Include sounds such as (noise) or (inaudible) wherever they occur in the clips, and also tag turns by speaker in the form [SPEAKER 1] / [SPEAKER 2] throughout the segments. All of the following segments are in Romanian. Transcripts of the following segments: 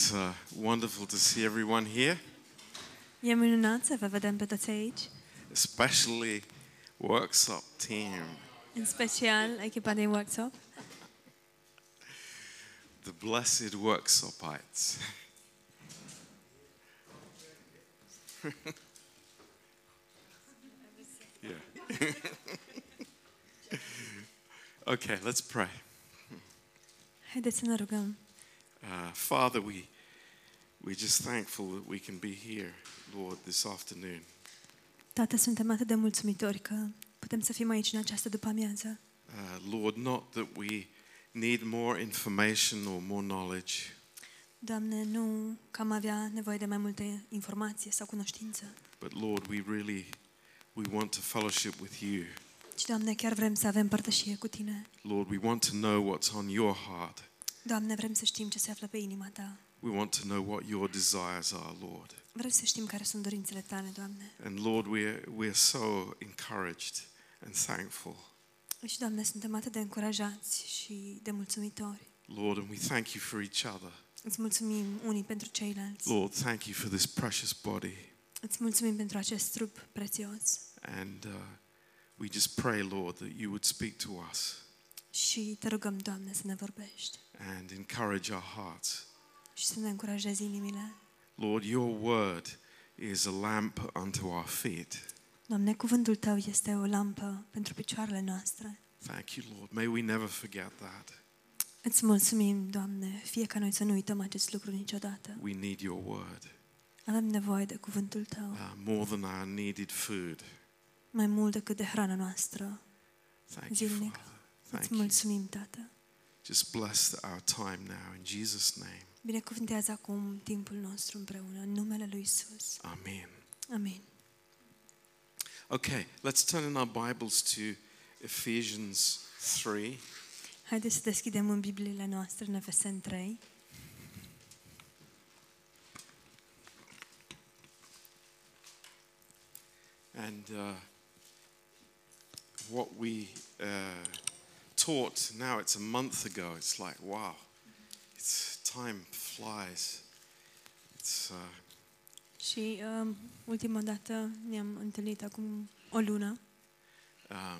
[SPEAKER 1] It's uh, wonderful to see everyone here,
[SPEAKER 2] E minunat să vă vedem pe toți aici,
[SPEAKER 1] especially Workshop team.
[SPEAKER 2] în special echipa de workshop,
[SPEAKER 1] The blessed workshopites. (laughs) yeah. (laughs) okay, let's pray.
[SPEAKER 2] Haideți să ne rugăm.
[SPEAKER 1] Uh, Father, we, we're just thankful that we can be here, Lord, this afternoon.
[SPEAKER 2] Tată, suntem atât de mulțumitori că putem să fim aici în această după-amiază.
[SPEAKER 1] Uh, Lord, not that we need more information or more knowledge,
[SPEAKER 2] Doamne, nu că am avea nevoie de mai multe informații sau cunoștință,
[SPEAKER 1] but Lord, we really we want to fellowship with you.
[SPEAKER 2] ci, Doamne, chiar vrem să avem părtășie cu Tine.
[SPEAKER 1] Lord, we want to know what's on your heart.
[SPEAKER 2] Doamne, vrem să știm ce se află pe inima Ta.
[SPEAKER 1] We want to know what your desires are, Lord.
[SPEAKER 2] Vrem să știm care sunt dorințele Tale, Doamne.
[SPEAKER 1] And Lord, we're, we're so encouraged and thankful.
[SPEAKER 2] Și, Doamne, suntem atât de încurajați și de mulțumitori.
[SPEAKER 1] Lord, and we thank you for each other.
[SPEAKER 2] Îți mulțumim unii pentru ceilalți.
[SPEAKER 1] Lord, thank you for this precious body.
[SPEAKER 2] Îți mulțumim pentru acest trup prețios.
[SPEAKER 1] And uh, we just pray, Lord, that you would speak to us
[SPEAKER 2] Și te rugăm, Doamne, să ne vorbești
[SPEAKER 1] and encourage our hearts.
[SPEAKER 2] și să ne încurajezi inimile.
[SPEAKER 1] Lord, your word is a lamp unto our feet.
[SPEAKER 2] Doamne, cuvântul Tău este o lampă pentru picioarele noastre.
[SPEAKER 1] Thank you, Lord. May we never forget that.
[SPEAKER 2] Îți mulțumim, Doamne, fie ca noi să nu uităm acest lucru niciodată.
[SPEAKER 1] We need your word
[SPEAKER 2] Avem nevoie de cuvântul Tău
[SPEAKER 1] uh, more than our needed food.
[SPEAKER 2] mai mult decât de hrana noastră.
[SPEAKER 1] Thank you,
[SPEAKER 2] Zilnic.
[SPEAKER 1] Father. Thank
[SPEAKER 2] Îți
[SPEAKER 1] you.
[SPEAKER 2] mulțumim, Tată.
[SPEAKER 1] Just bless our time now in Jesus' name.
[SPEAKER 2] Binecuvântează acum timpul nostru împreună, în numele Lui Isus.
[SPEAKER 1] Amen.
[SPEAKER 2] Amin.
[SPEAKER 1] Okay, let's turn in our Bibles to Ephesians 3.
[SPEAKER 2] Haideți să deschidem în Bibliile noastre, în Efesen 3.
[SPEAKER 1] And uh, what we uh, taught now, it's a month ago. It's like, wow, it's, time flies. It's, uh,
[SPEAKER 2] Și um, ultima dată ne-am întâlnit acum o lună
[SPEAKER 1] um, that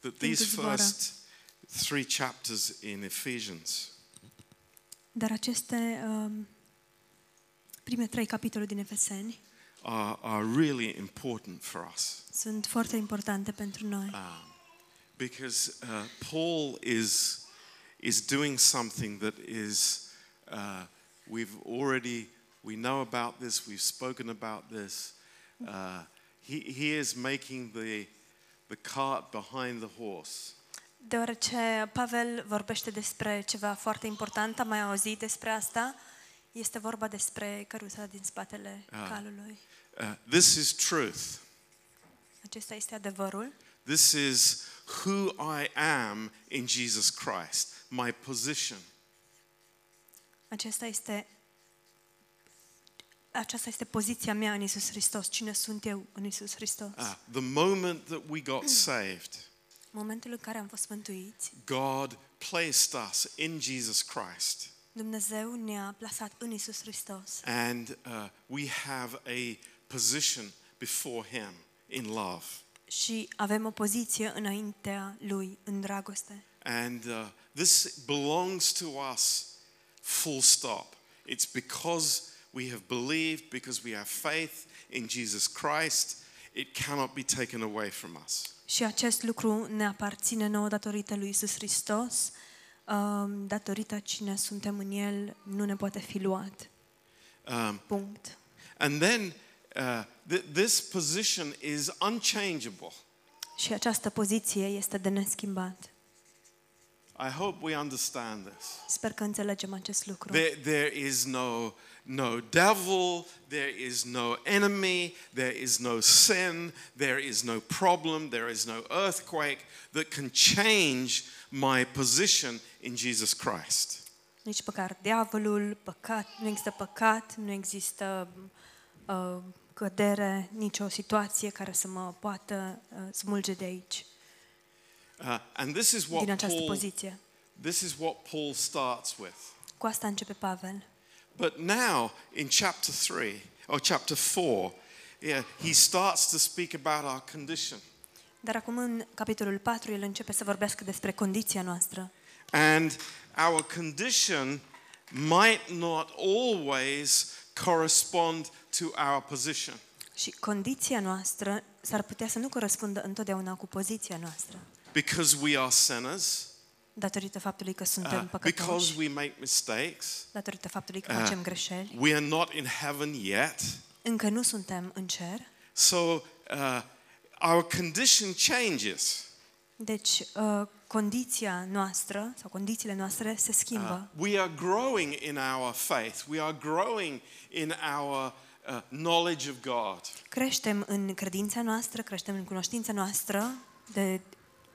[SPEAKER 2] Timpul
[SPEAKER 1] these
[SPEAKER 2] zboară.
[SPEAKER 1] first three chapters in Ephesians
[SPEAKER 2] Dar aceste um, prime trei capitole din Efeseni
[SPEAKER 1] are, are really important for us.
[SPEAKER 2] sunt foarte importante pentru noi,
[SPEAKER 1] Um, because uh, Paul is, is doing something that is, uh, we've already, we know about this, we've spoken about this. Uh, he, he is making the, the cart behind the horse.
[SPEAKER 2] deoarece Pavel vorbește despre ceva foarte important, am mai auzit despre asta, este vorba despre căruța din spatele
[SPEAKER 1] Ah.
[SPEAKER 2] calului.
[SPEAKER 1] Uh, this is truth.
[SPEAKER 2] Acesta este adevărul,
[SPEAKER 1] This is who I am in Jesus Christ, my position.
[SPEAKER 2] acesta este aceasta este poziția mea în Isus Hristos, cine sunt eu în Isus Hristos.
[SPEAKER 1] Uh, the moment that we got saved,
[SPEAKER 2] Momentul în care am fost mântuiți,
[SPEAKER 1] God placed us in Jesus Christ.
[SPEAKER 2] Dumnezeu ne-a plasat în Isus Hristos
[SPEAKER 1] And uh, we have a position before Him in love.
[SPEAKER 2] și avem o poziție înaintea Lui, în dragoste.
[SPEAKER 1] And uh, this belongs to us, full stop. It's because we have believed, because we have faith in Jesus Christ, it cannot be taken away from us.
[SPEAKER 2] Și acest lucru ne aparține nouă datorită lui Isus Hristos, um, datorită cine suntem în El, nu ne poate fi luat.
[SPEAKER 1] Um,
[SPEAKER 2] Punct.
[SPEAKER 1] and then uh, th- this position is unchangeable.
[SPEAKER 2] Și această poziție este de neschimbat.
[SPEAKER 1] I hope we understand this.
[SPEAKER 2] Sper că înțelegem acest lucru.
[SPEAKER 1] There, there is no, no devil, there is no enemy, there is no sin, there is no problem, there is no earthquake that can change my position in Jesus Christ.
[SPEAKER 2] Nici măcar diavolul, păcat, nu există păcat, nu există uh, cădere, nicio situație care să mă poată uh, smulge de aici,
[SPEAKER 1] Uh, and this is what
[SPEAKER 2] din această
[SPEAKER 1] Paul,
[SPEAKER 2] poziție.
[SPEAKER 1] this is what Paul starts with.
[SPEAKER 2] Cu asta începe Pavel.
[SPEAKER 1] But now in chapter 3 or chapter 4, yeah, he starts to speak about our condition.
[SPEAKER 2] Dar acum în capitolul 4 el începe să vorbească despre condiția noastră.
[SPEAKER 1] And our condition might not always correspond to our position.
[SPEAKER 2] Și condiția noastră s-ar putea să nu corespundă întotdeauna cu poziția noastră,
[SPEAKER 1] Because we are sinners,
[SPEAKER 2] datorită faptului că suntem
[SPEAKER 1] uh, because
[SPEAKER 2] păcătoși,
[SPEAKER 1] we make mistakes,
[SPEAKER 2] datorită faptului că
[SPEAKER 1] Ah.
[SPEAKER 2] facem greșeli.
[SPEAKER 1] we are not in heaven yet.
[SPEAKER 2] Încă nu suntem în cer,
[SPEAKER 1] So uh, our condition changes.
[SPEAKER 2] deci uh, condiția noastră sau condițiile noastre se schimbă.
[SPEAKER 1] We are growing in our faith. We are growing in our uh, knowledge of God.
[SPEAKER 2] Creștem în credința noastră, creștem în cunoștința noastră de,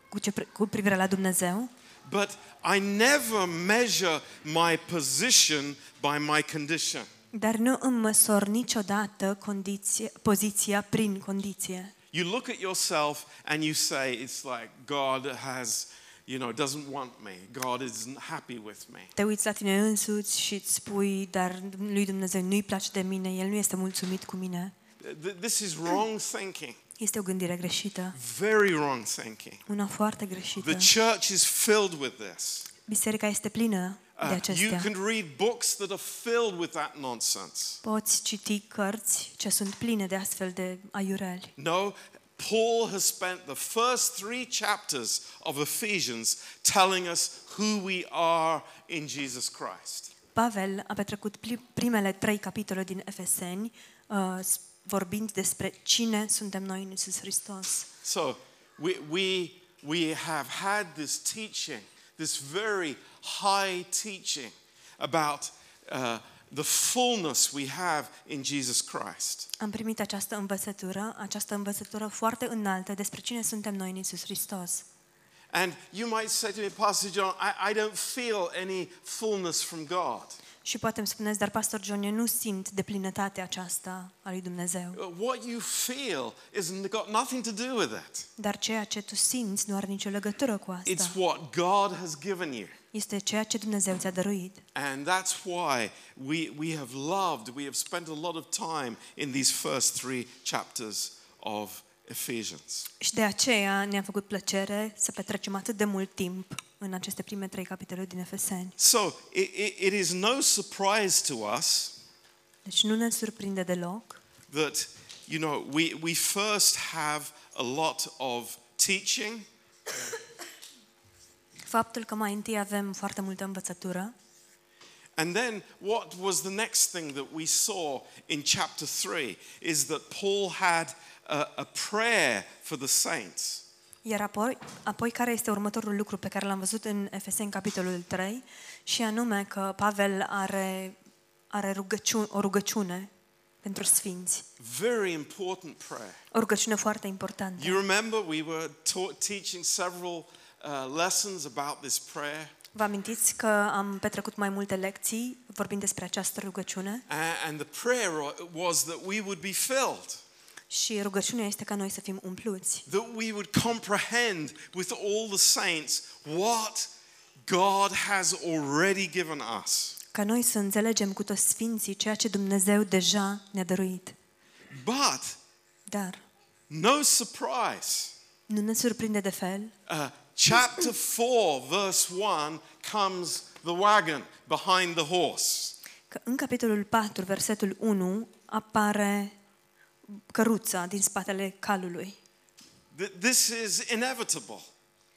[SPEAKER 2] cu, ce, pri- cu privire la Dumnezeu,
[SPEAKER 1] But I never measure my position by my condition.
[SPEAKER 2] dar nu îmi măsor niciodată condiție, poziția prin condiție.
[SPEAKER 1] You look at yourself and you say, it's like God has, you know, doesn't want me. God isn't happy with me.
[SPEAKER 2] Te uiți la tine însuți și îți spui, dar lui Dumnezeu nu-i place de mine, El nu este mulțumit cu mine.
[SPEAKER 1] Th- This is wrong thinking,
[SPEAKER 2] Este o gândire greșită,
[SPEAKER 1] very wrong thinking.
[SPEAKER 2] una foarte greșită.
[SPEAKER 1] The church is filled with this.
[SPEAKER 2] Biserica este plină
[SPEAKER 1] Uh,
[SPEAKER 2] de
[SPEAKER 1] you
[SPEAKER 2] acestea.
[SPEAKER 1] can read books that are filled with that nonsense.
[SPEAKER 2] Poți citi cărți ce sunt pline de astfel de aiureli.
[SPEAKER 1] No, Paul has spent the first three chapters of Ephesians telling us who we are in Jesus Christ.
[SPEAKER 2] Pavel a petrecut pli- primele trei capitole din Efeseni uh, s- vorbind despre cine suntem noi în Iisus Hristos.
[SPEAKER 1] So we, we, we have had this teaching, this very high teaching about uh, the fullness we have in Jesus Christ.
[SPEAKER 2] Am primit această învățătură, această învățătură foarte înaltă despre cine suntem noi în Iisus Hristos.
[SPEAKER 1] And you might say to me, Pastor John, I, I don't feel any fullness from God.
[SPEAKER 2] Și poate îmi spuneți, dar pastor John, eu nu simt deplinătatea aceasta a lui Dumnezeu.
[SPEAKER 1] Uh, What you feel has got nothing to do with it.
[SPEAKER 2] Dar ceea ce tu simți nu are nicio legătură cu asta.
[SPEAKER 1] It's what God has given you.
[SPEAKER 2] Este ceea ce Dumnezeu ți-a dăruit.
[SPEAKER 1] And that's why we, we have loved, we have spent a lot of time in these first three chapters of Ephesians.
[SPEAKER 2] Și de aceea ne-a făcut plăcere să petrecem atât de mult timp în aceste prime trei capitole din Efeseni.
[SPEAKER 1] So it, it, it is no surprise to us
[SPEAKER 2] Deci nu ne surprinde deloc
[SPEAKER 1] that, you know, we, we first have a lot of teaching,
[SPEAKER 2] faptul că mai întâi avem foarte multă învățătură
[SPEAKER 1] And then what was the next thing that we saw in chapter 3 is that Paul had a, a prayer for the saints.
[SPEAKER 2] Iar apoi, apoi care este următorul lucru pe care l-am văzut în Efeseni capitolul 3 și anume că Pavel are, are rugăciu- o rugăciune pentru sfinți.
[SPEAKER 1] Very important prayer.
[SPEAKER 2] O rugăciune foarte importantă.
[SPEAKER 1] You remember we were taught, teaching several uh, lessons about this prayer,
[SPEAKER 2] Vă amintiți că am petrecut mai multe lecții vorbind despre această rugăciune
[SPEAKER 1] and, and the prayer was that we would be filled,
[SPEAKER 2] și rugăciunea este ca noi să fim umpluți,
[SPEAKER 1] that we would comprehend with all the saints what God has already given us.
[SPEAKER 2] ca noi să înțelegem cu toți sfinții ceea ce Dumnezeu deja ne-a dăruit.
[SPEAKER 1] But
[SPEAKER 2] Dar
[SPEAKER 1] no surprise.
[SPEAKER 2] nu ne surprinde de fel
[SPEAKER 1] Uh, chapter 4, verse 1 comes the wagon behind the horse.
[SPEAKER 2] că în capitolul 4, versetul 1, apare căruța din spatele calului.
[SPEAKER 1] Th- This is inevitable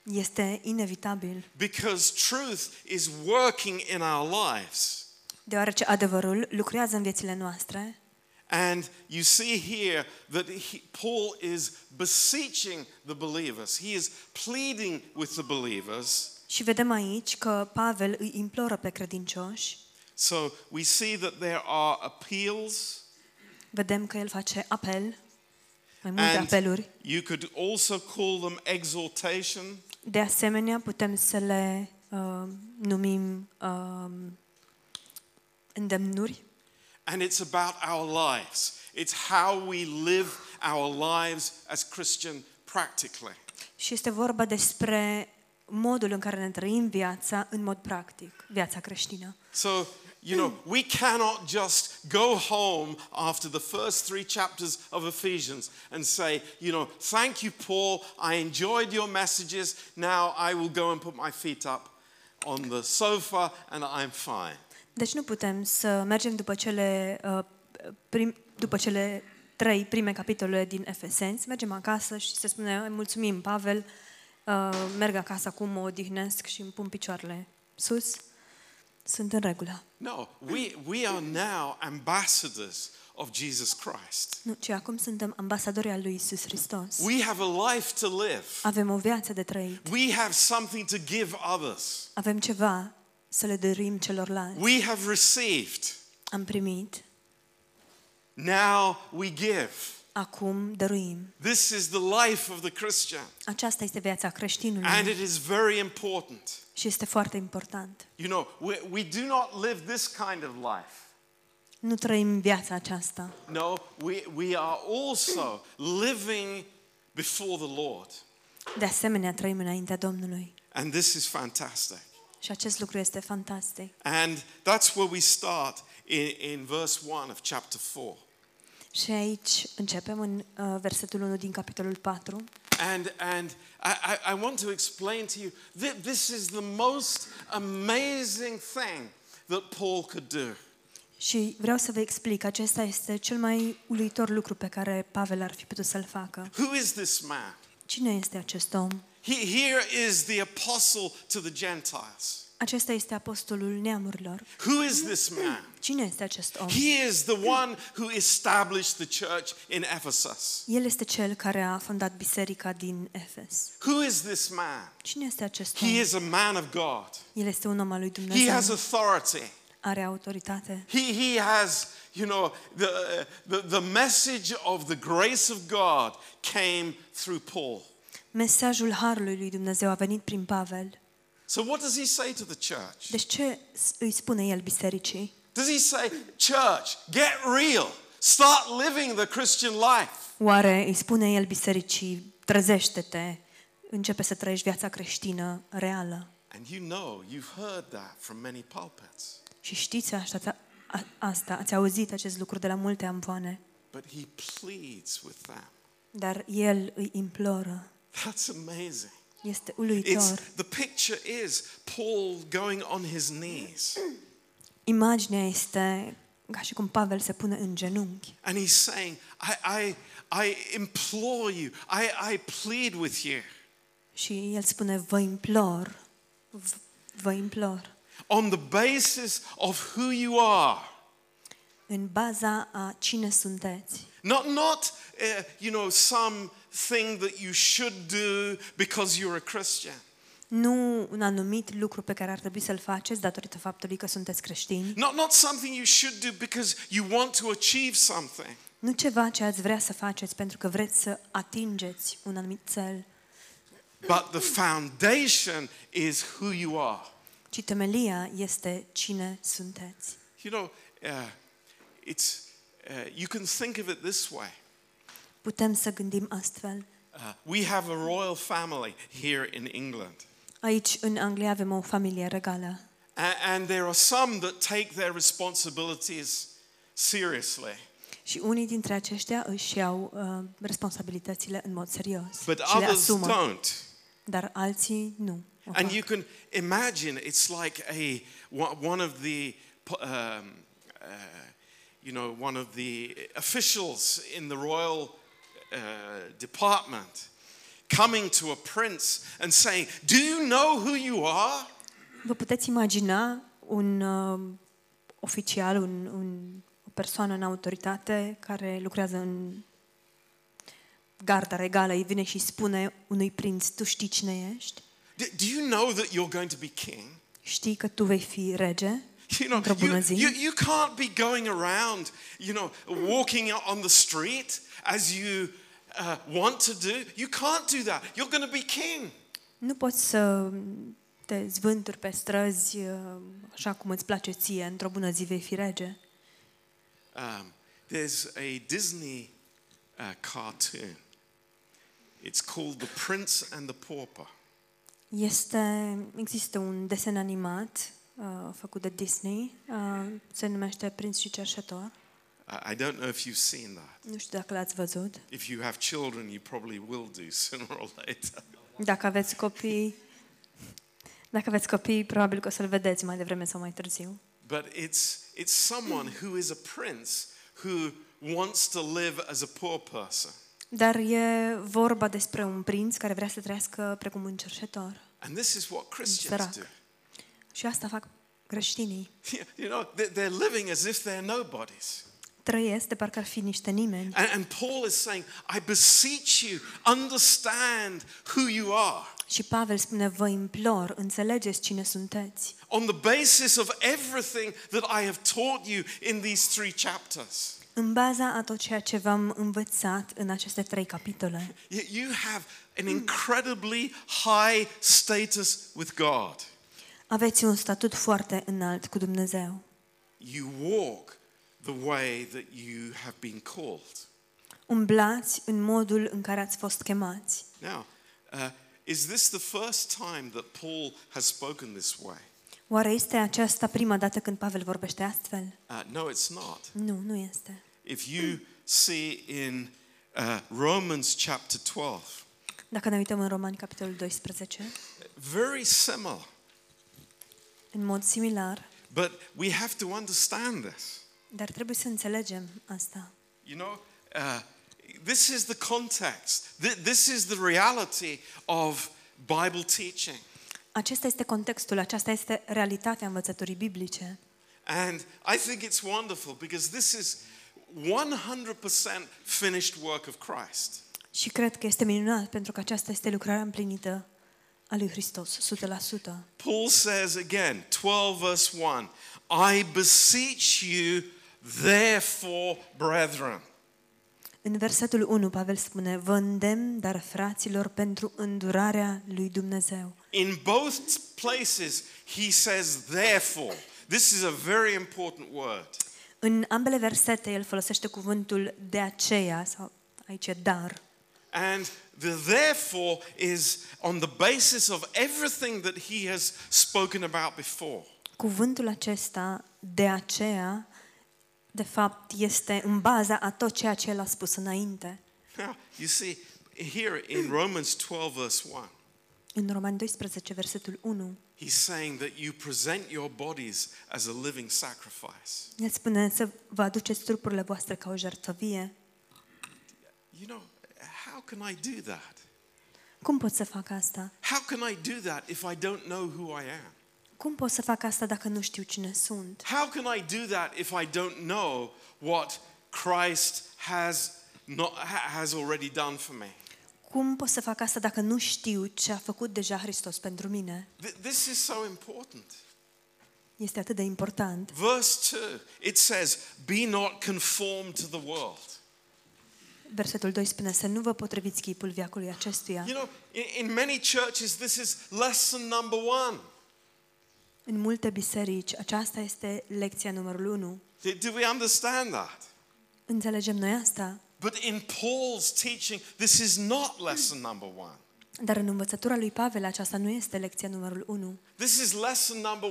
[SPEAKER 2] Este inevitabil,
[SPEAKER 1] because truth is working in our lives.
[SPEAKER 2] deoarece adevărul lucrează în viețile noastre
[SPEAKER 1] And you see here that he, Paul is beseeching the believers, he is pleading with the believers.
[SPEAKER 2] și vedem aici că Pavel îi imploră pe credincioși,
[SPEAKER 1] So we see that there are appeals,
[SPEAKER 2] vedem că el face apel, mai multe
[SPEAKER 1] and
[SPEAKER 2] apeluri.
[SPEAKER 1] you could also call them exhortation.
[SPEAKER 2] De asemenea, putem să le uh, numim uh, îndemnuri
[SPEAKER 1] And it's about our lives. It's how we live our lives as Christian practically.
[SPEAKER 2] și este vorba despre modul în care ne trăim viața în mod practic, viața creștină.
[SPEAKER 1] So You know, we cannot just go home after the first three chapters of Ephesians and say, you know, thank you, Paul. I enjoyed your messages. Now I will go and put my feet up on the sofa and I'm fine.
[SPEAKER 2] Deci nu putem să mergem după cele, uh, prim, după cele trei prime capitole din Efeseni, să mergem acasă și să spunem, "Îi mulțumim, Pavel, uh, merg acasă acum, mă odihnesc și îmi pun picioarele sus, sunt în regulă.
[SPEAKER 1] No, we, we are now ambassadors of Jesus Christ.
[SPEAKER 2] Nu, ci acum suntem ambasadori al lui Isus Hristos.
[SPEAKER 1] We have a life to live.
[SPEAKER 2] Avem o viață de trăit,
[SPEAKER 1] We have something to give others.
[SPEAKER 2] avem ceva să le dăruim celorlalți.
[SPEAKER 1] We have received.
[SPEAKER 2] Am primit,
[SPEAKER 1] Now we give.
[SPEAKER 2] acum dăruim.
[SPEAKER 1] This is the life of the Christian.
[SPEAKER 2] Aceasta este viața creștinului
[SPEAKER 1] And it is very important.
[SPEAKER 2] și este foarte important.
[SPEAKER 1] You know, we, we do not live this kind of life.
[SPEAKER 2] Nu trăim viața aceasta,
[SPEAKER 1] No, we, we are also living before the Lord.
[SPEAKER 2] de asemenea trăim înaintea Domnului.
[SPEAKER 1] And this is fantastic.
[SPEAKER 2] Și acest lucru este fantastic.
[SPEAKER 1] And that's where we start in, in verse 1 of chapter 4.
[SPEAKER 2] Și aici începem în uh, versetul 1 din capitolul 4.
[SPEAKER 1] And, and I, I I want to explain to you that this is the most amazing thing that Paul could do.
[SPEAKER 2] Și vreau să vă explic, acesta este cel mai uluitor lucru pe care Pavel ar fi putut să-l facă.
[SPEAKER 1] Who is this man?
[SPEAKER 2] Cine este acest om?
[SPEAKER 1] He, here is the apostle to the Gentiles.
[SPEAKER 2] Acesta este apostolul neamurilor.
[SPEAKER 1] Who is this man?
[SPEAKER 2] Cine este acest om?
[SPEAKER 1] He is the one who established the church in Ephesus.
[SPEAKER 2] El este cel care a fondat biserica din Efes.
[SPEAKER 1] Who is this man?
[SPEAKER 2] Cine este acest om?
[SPEAKER 1] He is a man of God.
[SPEAKER 2] El este un om al lui
[SPEAKER 1] He has
[SPEAKER 2] Dumnezeu.
[SPEAKER 1] authority.
[SPEAKER 2] Are autoritate.
[SPEAKER 1] He, he has, you know, the, the, the message of the grace of God came through Paul.
[SPEAKER 2] Mesajul harului lui Dumnezeu a venit prin Pavel.
[SPEAKER 1] So, what does he say to the church?
[SPEAKER 2] Deci ce îi spune el bisericii?
[SPEAKER 1] Does he say, Church, get real, start living the Christian life?
[SPEAKER 2] Oare îi spune el bisericii, trezește-te, începe să trăiești viața creștină reală.
[SPEAKER 1] And you know, you've heard that from many pulpits.
[SPEAKER 2] Și știți asta, a- asta, ați auzit acest lucru de la multe amvoane,
[SPEAKER 1] But he pleads with them.
[SPEAKER 2] dar el îi imploră.
[SPEAKER 1] That's amazing.
[SPEAKER 2] Este
[SPEAKER 1] It's,
[SPEAKER 2] uluitor.
[SPEAKER 1] the picture is Paul going on his knees
[SPEAKER 2] Imaginea este ca și cum Pavel se pune în genunchi
[SPEAKER 1] and he's saying, I, I, I implore you, I, I plead with you.
[SPEAKER 2] și el spune, vă implor, v- vă implor,
[SPEAKER 1] on the basis of who you are.
[SPEAKER 2] în baza a cine sunteți.
[SPEAKER 1] Not, not uh, you know, some thing that you should do because you're a Christian.
[SPEAKER 2] Nu un anumit lucru pe care ar trebui să-l faceți datorită faptului că sunteți creștini,
[SPEAKER 1] Not, not something you should do because you want to achieve something.
[SPEAKER 2] Nu ceva ce ați vrea să faceți pentru că vreți să atingeți un anumit cel,
[SPEAKER 1] But the foundation is who you are.
[SPEAKER 2] ci temelia este cine sunteți.
[SPEAKER 1] You know, uh, it's, uh, you can think of it this way.
[SPEAKER 2] Putem să gândim astfel.
[SPEAKER 1] Uh, we have a royal family here in England.
[SPEAKER 2] Aici, în Anglia, avem o familie regală
[SPEAKER 1] A- and there are some that take their responsibilities seriously.
[SPEAKER 2] și unii dintre aceștia își iau uh, responsabilitățile în mod serios
[SPEAKER 1] But
[SPEAKER 2] și le
[SPEAKER 1] others
[SPEAKER 2] asumă,
[SPEAKER 1] don't.
[SPEAKER 2] dar alții nu. o
[SPEAKER 1] And
[SPEAKER 2] fac.
[SPEAKER 1] you can imagine it's like a one one of the um, uh, you know one of the officials in the royal uh, department coming to a prince and saying, "Do you know who you are?"
[SPEAKER 2] Vă puteți imagina un uh, oficial, un, un, o persoană în autoritate care lucrează în garda regală, îi vine și spune unui prinț, tu știi cine ești?
[SPEAKER 1] D- Do you know that you're going to be king? (laughs)
[SPEAKER 2] Știi că tu vei fi rege?
[SPEAKER 1] You know,
[SPEAKER 2] Într-o bună
[SPEAKER 1] you,
[SPEAKER 2] zi.
[SPEAKER 1] you, you can't be going around, you know, walking on the street as you uh, want to do. You can't do that. You're going to be king.
[SPEAKER 2] Nu poți să te zvânturi pe străzi uh, așa cum îți place ție, într-o bună zi vei fi rege.
[SPEAKER 1] Um, there's a Disney uh, cartoon. It's called The Prince and the Pauper.
[SPEAKER 2] Este, există un desen animat uh, făcut de Disney, uh, se numește Prinț și Cerșetor.
[SPEAKER 1] I I don't know if you've seen that.
[SPEAKER 2] Nu știu dacă l-ați văzut.
[SPEAKER 1] If you have children, you probably will do (laughs) sooner or later.
[SPEAKER 2] Dacă aveți copii, dacă aveți copii, probabil că o să-l vedeți mai devreme sau mai târziu.
[SPEAKER 1] But it's, it's someone who is a prince who wants to live as a poor person.
[SPEAKER 2] Dar e vorba despre un prinț care vrea să trăiască precum un cerșetor.
[SPEAKER 1] And this is what Christians
[SPEAKER 2] Sărac.
[SPEAKER 1] do.
[SPEAKER 2] Și asta fac creștinii.
[SPEAKER 1] (laughs) You know, they- they're living as if they're nobodies.
[SPEAKER 2] Trăiesc de parcă ar fi niște nimeni.
[SPEAKER 1] And, and Paul is saying, I beseech you, understand who you are.
[SPEAKER 2] Și Pavel spune, vă implor, înțelegeți cine sunteți.
[SPEAKER 1] On the basis of everything that I have taught you in these three chapters,
[SPEAKER 2] În baza a tot ceea ce v-am învățat în aceste trei capitole,
[SPEAKER 1] you, you have an incredibly high status with God.
[SPEAKER 2] aveți un statut foarte înalt cu Dumnezeu.
[SPEAKER 1] You walk the way that you have been called.
[SPEAKER 2] Umblați în modul în care ați fost chemați.
[SPEAKER 1] Now, uh, is this the first time that Paul has spoken this way?
[SPEAKER 2] Oare este aceasta prima dată când Pavel vorbește astfel?
[SPEAKER 1] Uh, no, it's not.
[SPEAKER 2] Nu, nu este.
[SPEAKER 1] If you see in uh, Romans chapter 12,
[SPEAKER 2] Dacă ne uităm în Romani, capitolul 12,
[SPEAKER 1] very similar,
[SPEAKER 2] în mod similar,
[SPEAKER 1] but we have to understand this.
[SPEAKER 2] dar trebuie să înțelegem asta.
[SPEAKER 1] You know, uh, this is the context, Th- this is the reality of Bible teaching.
[SPEAKER 2] Acesta este contextul, aceasta este realitatea învățăturii biblice.
[SPEAKER 1] And I think it's wonderful because this is 100% finished work of Christ.
[SPEAKER 2] Și cred că este minunat, pentru că aceasta este lucrarea împlinită a lui Hristos, 100%.
[SPEAKER 1] Paul says again, 12 verse 1, I beseech you, therefore, brethren.
[SPEAKER 2] În versetul 1, Pavel spune, Vă îndemn, dar fraților, pentru îndurarea lui Dumnezeu.
[SPEAKER 1] In both places, he says, therefore. This is a very important word.
[SPEAKER 2] În ambele versete, el folosește cuvântul de aceea, sau aici e dar.
[SPEAKER 1] And the therefore is on the basis of everything that he has spoken about before.
[SPEAKER 2] Cuvântul acesta, de aceea, de fapt, este în baza a tot ceea ce el a spus înainte.
[SPEAKER 1] Now, you see, here in Romans 12, verse 1,
[SPEAKER 2] În Romani 12, versetul 1,
[SPEAKER 1] he's saying that you present your bodies as a living sacrifice.
[SPEAKER 2] el spune să vă aduceți trupurile voastre ca o jertfă vie.
[SPEAKER 1] You know, how can I do that?
[SPEAKER 2] Cum pot să fac asta?
[SPEAKER 1] How can I do that if I don't know who I am?
[SPEAKER 2] Cum pot să fac asta dacă nu știu cine sunt?
[SPEAKER 1] How can I do that if I don't know what Christ has, not, ha- has already done for me?
[SPEAKER 2] Cum pot să fac asta dacă nu știu ce a făcut deja Hristos pentru mine?
[SPEAKER 1] Th- this is so important.
[SPEAKER 2] Este atât de important.
[SPEAKER 1] Verse 2, it says, Be not conformed to the world.
[SPEAKER 2] Versetul 2 spune să nu vă potriviți chipul viacului acestuia.
[SPEAKER 1] You know, in, in many churches, this is lesson number one.
[SPEAKER 2] În multe biserici, aceasta este lecția numărul 1.
[SPEAKER 1] Do, do we understand that?
[SPEAKER 2] Înțelegem noi asta,
[SPEAKER 1] But in Paul's teaching, this is not lesson number one.
[SPEAKER 2] dar în învățătura lui Pavel aceasta nu este lecția numărul 1.
[SPEAKER 1] This is lesson number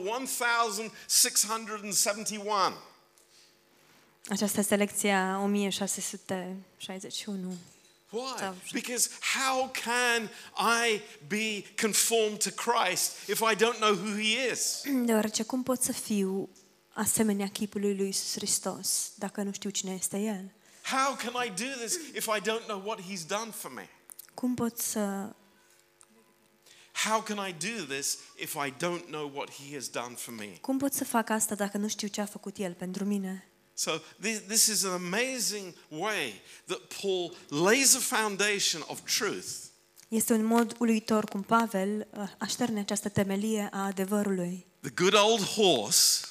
[SPEAKER 1] 1671.
[SPEAKER 2] Aceasta este lecția 1661.
[SPEAKER 1] Why?
[SPEAKER 2] Thousand.
[SPEAKER 1] Because how can I be conformed to Christ if I don't know who he is?
[SPEAKER 2] Deoarece cum pot să fiu asemenea chipului lui Iisus Hristos dacă nu știu cine este El?
[SPEAKER 1] How can I do this if I don't know what he's done for me?
[SPEAKER 2] Cum pot să
[SPEAKER 1] How can I do this if I don't know what he has done for me?
[SPEAKER 2] Cum pot să fac asta dacă nu știu ce a făcut El pentru mine?
[SPEAKER 1] So, this, this is an amazing way that Paul lays a foundation of truth
[SPEAKER 2] Este un mod uluitor cum Pavel uh, așterne această temelie a adevărului,
[SPEAKER 1] the good old horse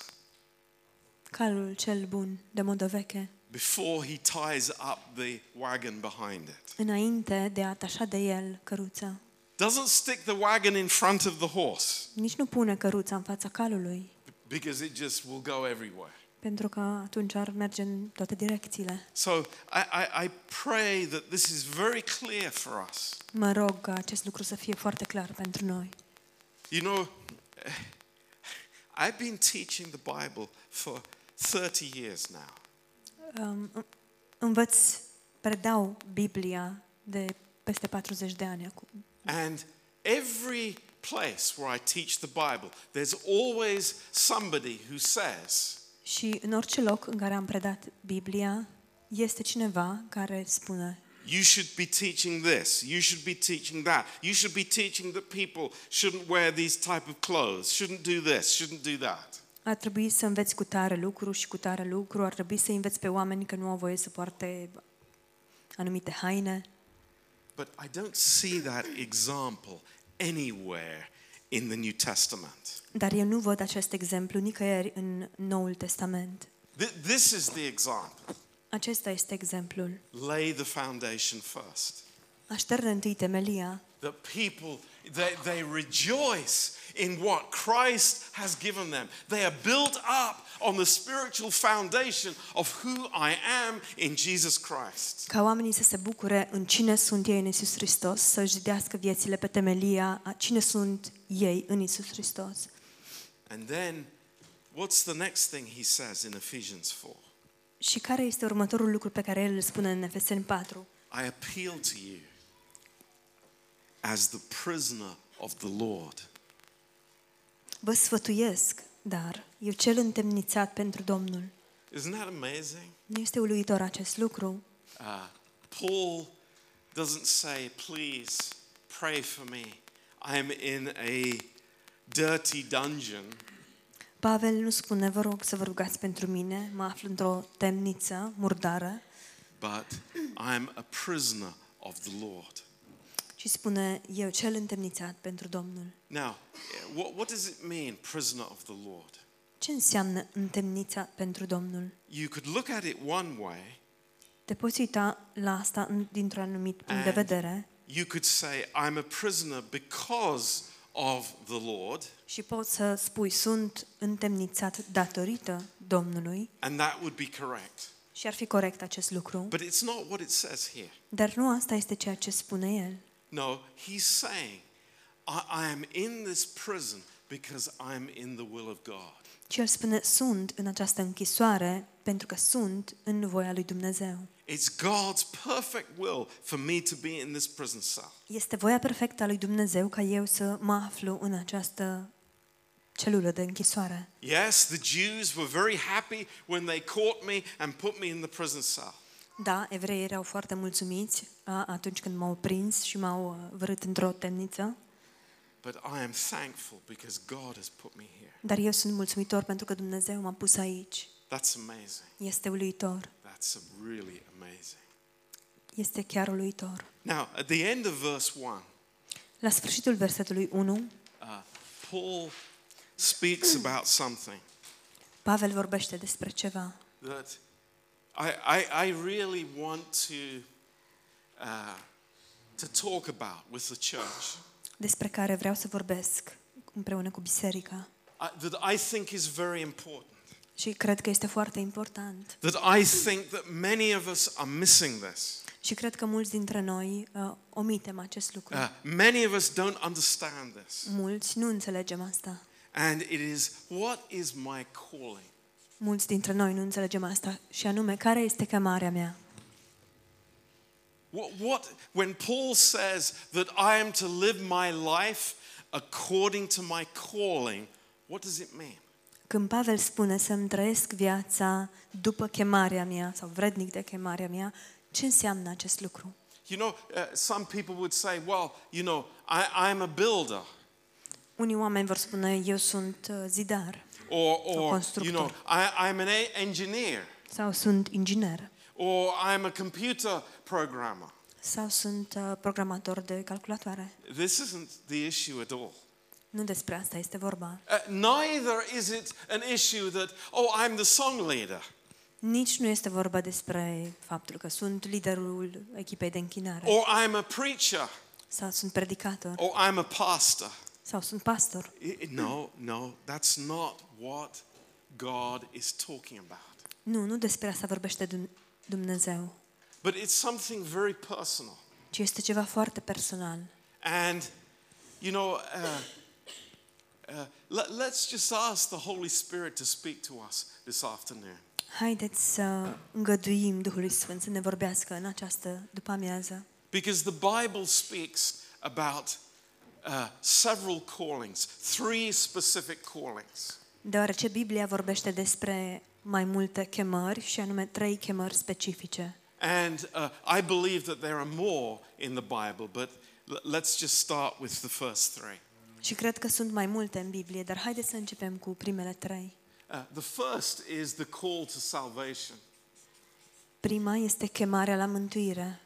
[SPEAKER 2] calul cel bun de modă veche,
[SPEAKER 1] before he ties up the wagon behind it.
[SPEAKER 2] înainte de a atașa de el căruța.
[SPEAKER 1] doesn't stick the wagon in front of the horse
[SPEAKER 2] Nici nu pune căruța în fața calului,
[SPEAKER 1] because it just will go everywhere.
[SPEAKER 2] pentru că atunci ar merge în toate direcțiile.
[SPEAKER 1] So I, I, I pray that this is very clear for us.
[SPEAKER 2] Mă rog ca acest lucru să fie foarte clar pentru noi.
[SPEAKER 1] You know, (sighs) I've been teaching the Bible for 30 years now.
[SPEAKER 2] Um, învăț, predau Biblia de peste 40 de ani acum.
[SPEAKER 1] And every place where I teach the Bible, there's always somebody who says,
[SPEAKER 2] Și în orice loc în care am predat Biblia, este cineva care spune
[SPEAKER 1] You should be teaching this. You should be teaching that. You should be teaching that people shouldn't wear these type of clothes, shouldn't do this, shouldn't do that.
[SPEAKER 2] ar trebui să înveți cu tare lucru și cu tare lucru, ar trebui să înveți pe oameni că nu au voie să poarte anumite haine.
[SPEAKER 1] But I don't see that example anywhere in the New Testament.
[SPEAKER 2] Dar eu nu văd acest exemplu nicăieri în Noul Testament.
[SPEAKER 1] Th- this is the example.
[SPEAKER 2] Acesta este exemplul.
[SPEAKER 1] Lay the foundation first.
[SPEAKER 2] Așterne întâi temelia,
[SPEAKER 1] That people, they, they rejoice in what Christ has given them. They are built up on the spiritual foundation of who I am in Jesus Christ.
[SPEAKER 2] ca oamenii să se bucure în cine sunt ei în Isus Hristos, să-și zidească viețile pe temelia a cine sunt ei în Isus Hristos.
[SPEAKER 1] And then, what's the next thing he says in Ephesians 4?
[SPEAKER 2] Și care este următorul lucru pe care el îl spune în Efeseni 4?
[SPEAKER 1] I appeal to you as the prisoner of the Lord.
[SPEAKER 2] Vă sfătuiesc, dar eu cel întemnițat pentru Domnul.
[SPEAKER 1] Isn't that amazing?
[SPEAKER 2] Nu este uluitor acest lucru?
[SPEAKER 1] Uh, Paul doesn't say, please pray for me. I'm in a dirty dungeon.
[SPEAKER 2] Pavel nu spune, vă rog să vă rugați pentru mine, mă aflu într-o temniță murdară,
[SPEAKER 1] but I'm a prisoner of the Lord.
[SPEAKER 2] ci spune, eu cel întemnițat pentru Domnul.
[SPEAKER 1] Now, what, what does it mean, prisoner of the Lord?
[SPEAKER 2] Ce înseamnă întemnițat pentru Domnul?
[SPEAKER 1] You could look at it one way,
[SPEAKER 2] Te poți uita la asta în- dintr-un anumit punct de
[SPEAKER 1] And-
[SPEAKER 2] vedere
[SPEAKER 1] you could say, I'm a prisoner because of the Lord,
[SPEAKER 2] și poți să spui, sunt întemnițat datorită Domnului
[SPEAKER 1] and that would be correct.
[SPEAKER 2] și ar fi corect acest lucru,
[SPEAKER 1] But it's not what it says here.
[SPEAKER 2] dar nu asta este ceea ce spune el.
[SPEAKER 1] No, he's saying, I, I am in this prison because I'm in the will of God.
[SPEAKER 2] Ci el spune, sunt în această închisoare pentru că sunt în voia lui Dumnezeu.
[SPEAKER 1] It's God's perfect will for me to be in this prison cell.
[SPEAKER 2] Este voia perfectă a lui Dumnezeu ca eu să mă aflu în această celulă de închisoare.
[SPEAKER 1] Yes, the Jews were very happy when they caught me and put me in the prison cell.
[SPEAKER 2] Da, evreii erau foarte mulțumiți a, atunci când m-au prins și m-au a, vărât într-o temniță,
[SPEAKER 1] But I am thankful because God has put me here.
[SPEAKER 2] dar eu sunt mulțumitor pentru că Dumnezeu m-a pus aici.
[SPEAKER 1] That's amazing.
[SPEAKER 2] Este uluitor.
[SPEAKER 1] That's really amazing.
[SPEAKER 2] Este chiar uluitor.
[SPEAKER 1] Now, at the end of verse 1,
[SPEAKER 2] La sfârșitul versetului 1,
[SPEAKER 1] uh, Paul speaks about something
[SPEAKER 2] Pavel vorbește despre ceva
[SPEAKER 1] that I, I, I really want to, uh, to talk about with the church
[SPEAKER 2] despre care vreau să vorbesc împreună cu biserica.
[SPEAKER 1] uh, that I think is very important.
[SPEAKER 2] Și cred că este foarte important.
[SPEAKER 1] That I think that many of us are missing this.
[SPEAKER 2] Și cred că mulți dintre noi uh, omitem acest lucru.
[SPEAKER 1] Uh, many of us don't understand this.
[SPEAKER 2] Mulți nu înțelegem asta.
[SPEAKER 1] And it is what is my calling?
[SPEAKER 2] Mulți dintre noi nu înțelegem asta. Și anume, care este chemarea mea?
[SPEAKER 1] What, what when Paul says that I am to live my life according to my calling, what does it mean?
[SPEAKER 2] Când Pavel spune să-mi trăiesc viața după chemarea mea sau vrednic de chemarea mea, ce înseamnă acest lucru?
[SPEAKER 1] You know, uh, some people would say, well, you know, I, I'm a builder.
[SPEAKER 2] Unii oameni vor spune, eu sunt uh, zidar
[SPEAKER 1] Or, or
[SPEAKER 2] constructor.
[SPEAKER 1] you know, I, I'm an e- engineer.
[SPEAKER 2] sau sunt inginer
[SPEAKER 1] Or I'm a computer programmer.
[SPEAKER 2] sau sunt uh, programator de calculatoare.
[SPEAKER 1] This isn't the issue at all.
[SPEAKER 2] Nu despre asta este vorba.
[SPEAKER 1] Uh, neither is it an issue that, oh, I'm the song leader.
[SPEAKER 2] Nici nu este vorba despre faptul că sunt liderul echipei de închinare
[SPEAKER 1] Or I'm a preacher.
[SPEAKER 2] sau sunt predicator
[SPEAKER 1] Or I'm a pastor.
[SPEAKER 2] sau sunt pastor.
[SPEAKER 1] I- I- No, no, that's not what God is talking about.
[SPEAKER 2] Nu, nu despre asta vorbește Dum- Dumnezeu,
[SPEAKER 1] But it's something very personal.
[SPEAKER 2] ci este ceva foarte personal.
[SPEAKER 1] And, you know, uh, Uh, let, let's just ask the Holy Spirit to speak to us this afternoon.
[SPEAKER 2] Haideți să îngăduim Duhului Sfânt să ne vorbească în această după-amiază.
[SPEAKER 1] Because the Bible speaks about uh, several callings, three specific callings.
[SPEAKER 2] Deoarece Biblia vorbește despre mai multe chemări și anume trei chemări specifice.
[SPEAKER 1] And uh, I believe that there are more in the Bible, but l- let's just start with the first three.
[SPEAKER 2] Și cred că sunt mai multe în Biblie, dar haideți să începem cu primele trei.
[SPEAKER 1] Uh, the first is the call to salvation.
[SPEAKER 2] Prima este chemarea la mântuire.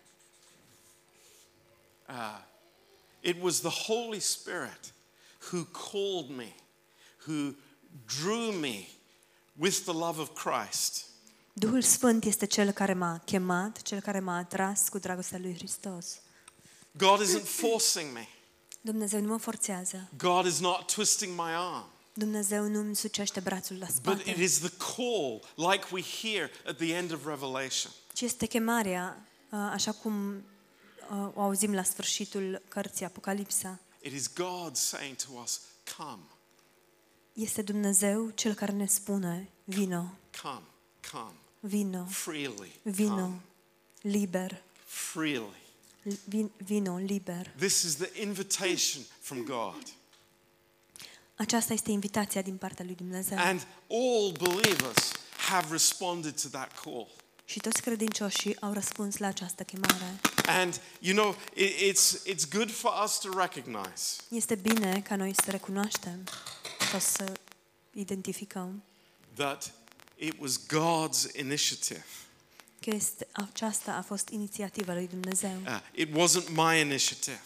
[SPEAKER 1] It was the Holy Spirit who called me, who drew me with the love of Christ.
[SPEAKER 2] Duhul Sfânt este cel care m-a chemat, cel care m-a atras cu dragostea lui Hristos.
[SPEAKER 1] God isn't forcing me,
[SPEAKER 2] Dumnezeu nu mă forțează.
[SPEAKER 1] God is not twisting my arm.
[SPEAKER 2] Dumnezeu nu îmi sucește brațul la
[SPEAKER 1] But it
[SPEAKER 2] spate,
[SPEAKER 1] is the call, like we hear at the end of Revelation.
[SPEAKER 2] ci este chemarea, a, așa cum a, o auzim la sfârșitul cărții Apocalipsa.
[SPEAKER 1] It is God saying to us, Come,
[SPEAKER 2] Este Dumnezeu cel care ne spune, vino,
[SPEAKER 1] come, come,
[SPEAKER 2] vino,
[SPEAKER 1] freely.
[SPEAKER 2] vino,
[SPEAKER 1] Come,
[SPEAKER 2] liber,
[SPEAKER 1] freely.
[SPEAKER 2] li- vin- vino, liber.
[SPEAKER 1] This is the invitation from God.
[SPEAKER 2] Aceasta este invitația din partea lui Dumnezeu.
[SPEAKER 1] And all believers have responded to that call.
[SPEAKER 2] Și toți credincioșii au răspuns la această chemare.
[SPEAKER 1] And you know, it, it's, it's good for us to recognize
[SPEAKER 2] Este bine ca noi să recunoaștem sau să identificăm
[SPEAKER 1] that it was God's initiative.
[SPEAKER 2] că este, aceasta a fost inițiativa lui Dumnezeu.
[SPEAKER 1] Uh, it wasn't my initiative,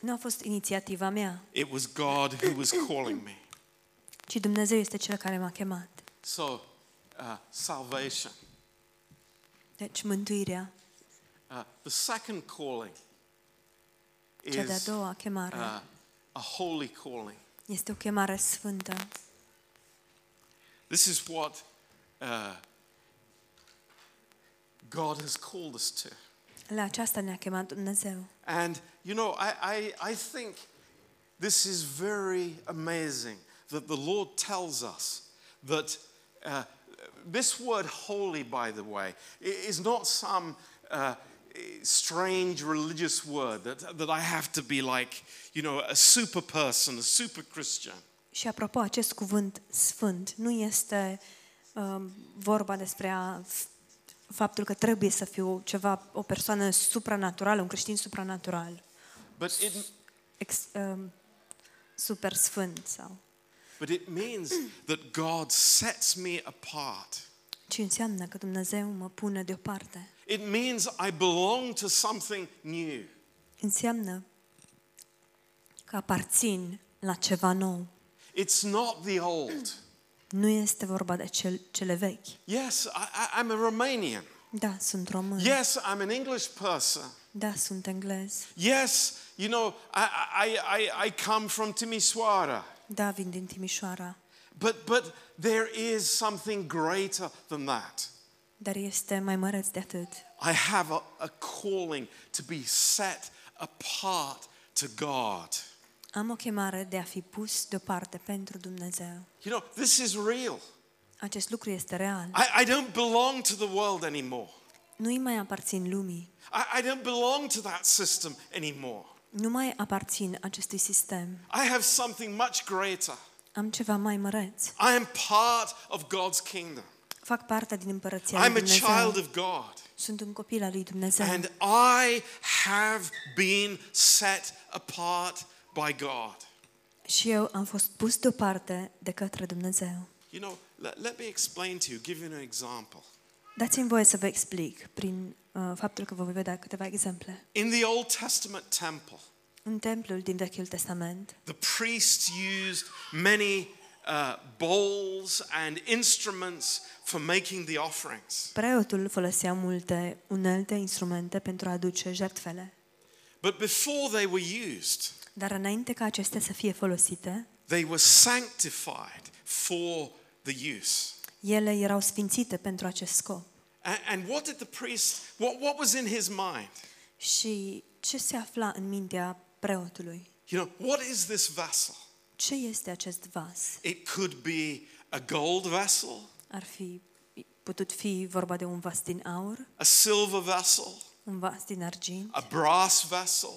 [SPEAKER 2] Nu a fost inițiativa mea,
[SPEAKER 1] it was God who was calling me.
[SPEAKER 2] ci Dumnezeu este cel care m-a chemat.
[SPEAKER 1] So, uh, salvation.
[SPEAKER 2] Deci mântuirea,
[SPEAKER 1] Uh, the second calling
[SPEAKER 2] cea de-a
[SPEAKER 1] is uh,
[SPEAKER 2] doua chemare,
[SPEAKER 1] a holy calling.
[SPEAKER 2] este o chemare sfântă.
[SPEAKER 1] This is what uh, God has called us to.
[SPEAKER 2] La aceasta ne-a chemat Dumnezeu.
[SPEAKER 1] And you know, I, I, I think this is very amazing that the Lord tells us that uh, this word holy, by the way, i- is not some uh, strange religious word that, that I have to be like, you know, a super person, a super Christian.
[SPEAKER 2] Și apropo, acest cuvânt sfânt nu este um, vorba despre a, faptul că trebuie să fiu ceva, o persoană supranaturală, un creștin supranatural,
[SPEAKER 1] But it,
[SPEAKER 2] ex, um, super sfânt sau
[SPEAKER 1] but it means (clears throat) that God sets me apart.
[SPEAKER 2] ce înseamnă că Dumnezeu mă pune deoparte.
[SPEAKER 1] It means I belong to something new.
[SPEAKER 2] Înseamnă că aparțin la ceva nou.
[SPEAKER 1] It's not the old.
[SPEAKER 2] Nu este vorba de cel, cele vechi.
[SPEAKER 1] Yes, I, I, I'm a Romanian.
[SPEAKER 2] Da, sunt român.
[SPEAKER 1] Yes, I'm an English person.
[SPEAKER 2] Da, sunt englez.
[SPEAKER 1] Yes, you know, I, I, I, I come from Timisoara.
[SPEAKER 2] Da, vin din Timișoara.
[SPEAKER 1] But, but there is something greater than that.
[SPEAKER 2] Dar este mai măreț de atât.
[SPEAKER 1] I have a, a calling to be set apart to God.
[SPEAKER 2] Am o chemare de a fi pus deoparte pentru Dumnezeu.
[SPEAKER 1] You know, this is real.
[SPEAKER 2] Acest lucru este real.
[SPEAKER 1] I, I don't belong to the world anymore.
[SPEAKER 2] Nu îi mai aparțin lumii,
[SPEAKER 1] I, I don't belong to that system anymore.
[SPEAKER 2] nu mai aparțin acestui sistem.
[SPEAKER 1] I have something much greater.
[SPEAKER 2] Am ceva mai măreț.
[SPEAKER 1] I am part of God's kingdom.
[SPEAKER 2] Fac parte din împărăția lui
[SPEAKER 1] I'm a child
[SPEAKER 2] Dumnezeu.
[SPEAKER 1] of God.
[SPEAKER 2] Sunt un copil al lui Dumnezeu
[SPEAKER 1] And I have been set apart by God.
[SPEAKER 2] și eu am fost pus deoparte de către Dumnezeu.
[SPEAKER 1] You know, let, let me explain to you, give you an example.
[SPEAKER 2] Dați-mi voie să vă explic prin uh, faptul că vă voi vedea câteva exemple.
[SPEAKER 1] In the Old Testament temple,
[SPEAKER 2] În templul din Vechiul Testament,
[SPEAKER 1] the priests used many uh, bowls and instruments for making the offerings.
[SPEAKER 2] preotul folosea multe unelte, instrumente pentru a aduce jertfele.
[SPEAKER 1] But before they were used,
[SPEAKER 2] Dar înainte ca acestea să fie folosite,
[SPEAKER 1] they were sanctified for the use.
[SPEAKER 2] ele erau sfințite pentru acest scop.
[SPEAKER 1] And, and what did the priest, what, what was in his mind?
[SPEAKER 2] Și ce se afla în mintea preotului?
[SPEAKER 1] You know, what is this vessel?
[SPEAKER 2] Ce este acest vas?
[SPEAKER 1] It could be a gold vessel,
[SPEAKER 2] Ar fi putut fi vorba de un vas din aur,
[SPEAKER 1] a silver vessel,
[SPEAKER 2] un vas din argint,
[SPEAKER 1] a brass vessel,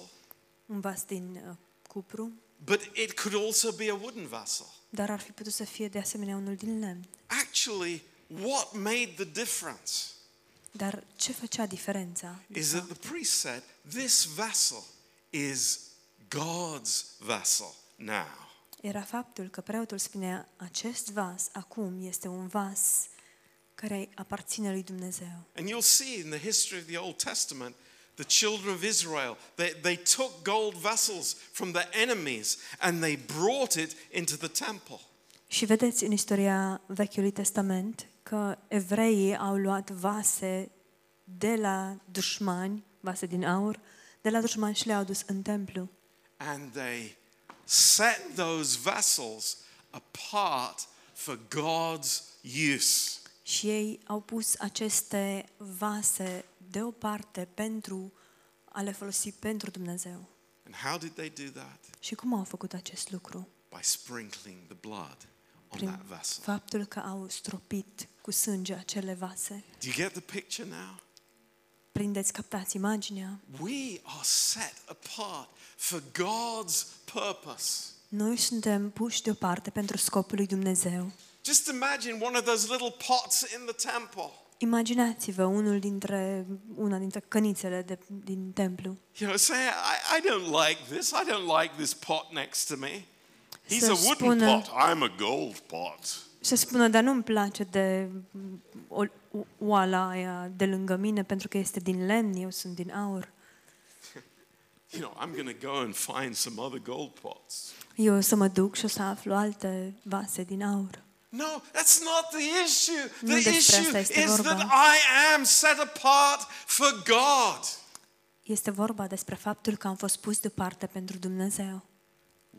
[SPEAKER 2] un vas din uh, cupru,
[SPEAKER 1] but it could also be a wooden vessel.
[SPEAKER 2] dar ar fi putut să fie de asemenea unul din lemn.
[SPEAKER 1] Actually, what made the difference
[SPEAKER 2] Dar ce făcea diferența?
[SPEAKER 1] is that the priest said, This vessel is God's vessel now.
[SPEAKER 2] Era faptul că preotul spunea, acest vas acum este un vas care aparține lui Dumnezeu.
[SPEAKER 1] And you'll see in the history of the Old Testament, the children of Israel, they, they took gold vessels from their enemies and they brought it into the temple.
[SPEAKER 2] Și vedeți în istoria Vechiului Testament că evreii au luat vase de la dușmani, vase din aur, de la dușmani și le-au dus în templu.
[SPEAKER 1] And they set those vessels apart for God's use.
[SPEAKER 2] Și ei au pus aceste vase deoparte pentru a le folosi pentru Dumnezeu.
[SPEAKER 1] And how did they do that?
[SPEAKER 2] Și cum au făcut acest lucru?
[SPEAKER 1] By sprinkling the blood on
[SPEAKER 2] Prin
[SPEAKER 1] that vessel.
[SPEAKER 2] faptul că au stropit cu sânge acele vase.
[SPEAKER 1] Do you get the picture now?
[SPEAKER 2] Prindeți, captați imaginea.
[SPEAKER 1] We are set apart for God's purpose.
[SPEAKER 2] Noi suntem puși deoparte pentru scopul lui Dumnezeu.
[SPEAKER 1] Just imagine one of those little pots in the temple.
[SPEAKER 2] Imaginați-vă unul dintre, una dintre cănițele de, din templu.
[SPEAKER 1] You know, say, I, I don't like this. I don't like this pot next to me. He's
[SPEAKER 2] Să
[SPEAKER 1] a wooden
[SPEAKER 2] spună-
[SPEAKER 1] pot. I'm a gold pot.
[SPEAKER 2] Și să spună, dar nu-mi place de mm, o, o- oala aia de lângă mine pentru că este din lemn, eu sunt din aur.
[SPEAKER 1] You know, I'm going to go and find some other gold pots.
[SPEAKER 2] Eu o să mă duc și o să aflu alte vase din aur.
[SPEAKER 1] No, that's not the issue.
[SPEAKER 2] Nu
[SPEAKER 1] The
[SPEAKER 2] despre
[SPEAKER 1] issue
[SPEAKER 2] asta este
[SPEAKER 1] is that
[SPEAKER 2] vorba.
[SPEAKER 1] I am set apart for God.
[SPEAKER 2] Este vorba despre faptul că am fost pus deoparte pentru Dumnezeu.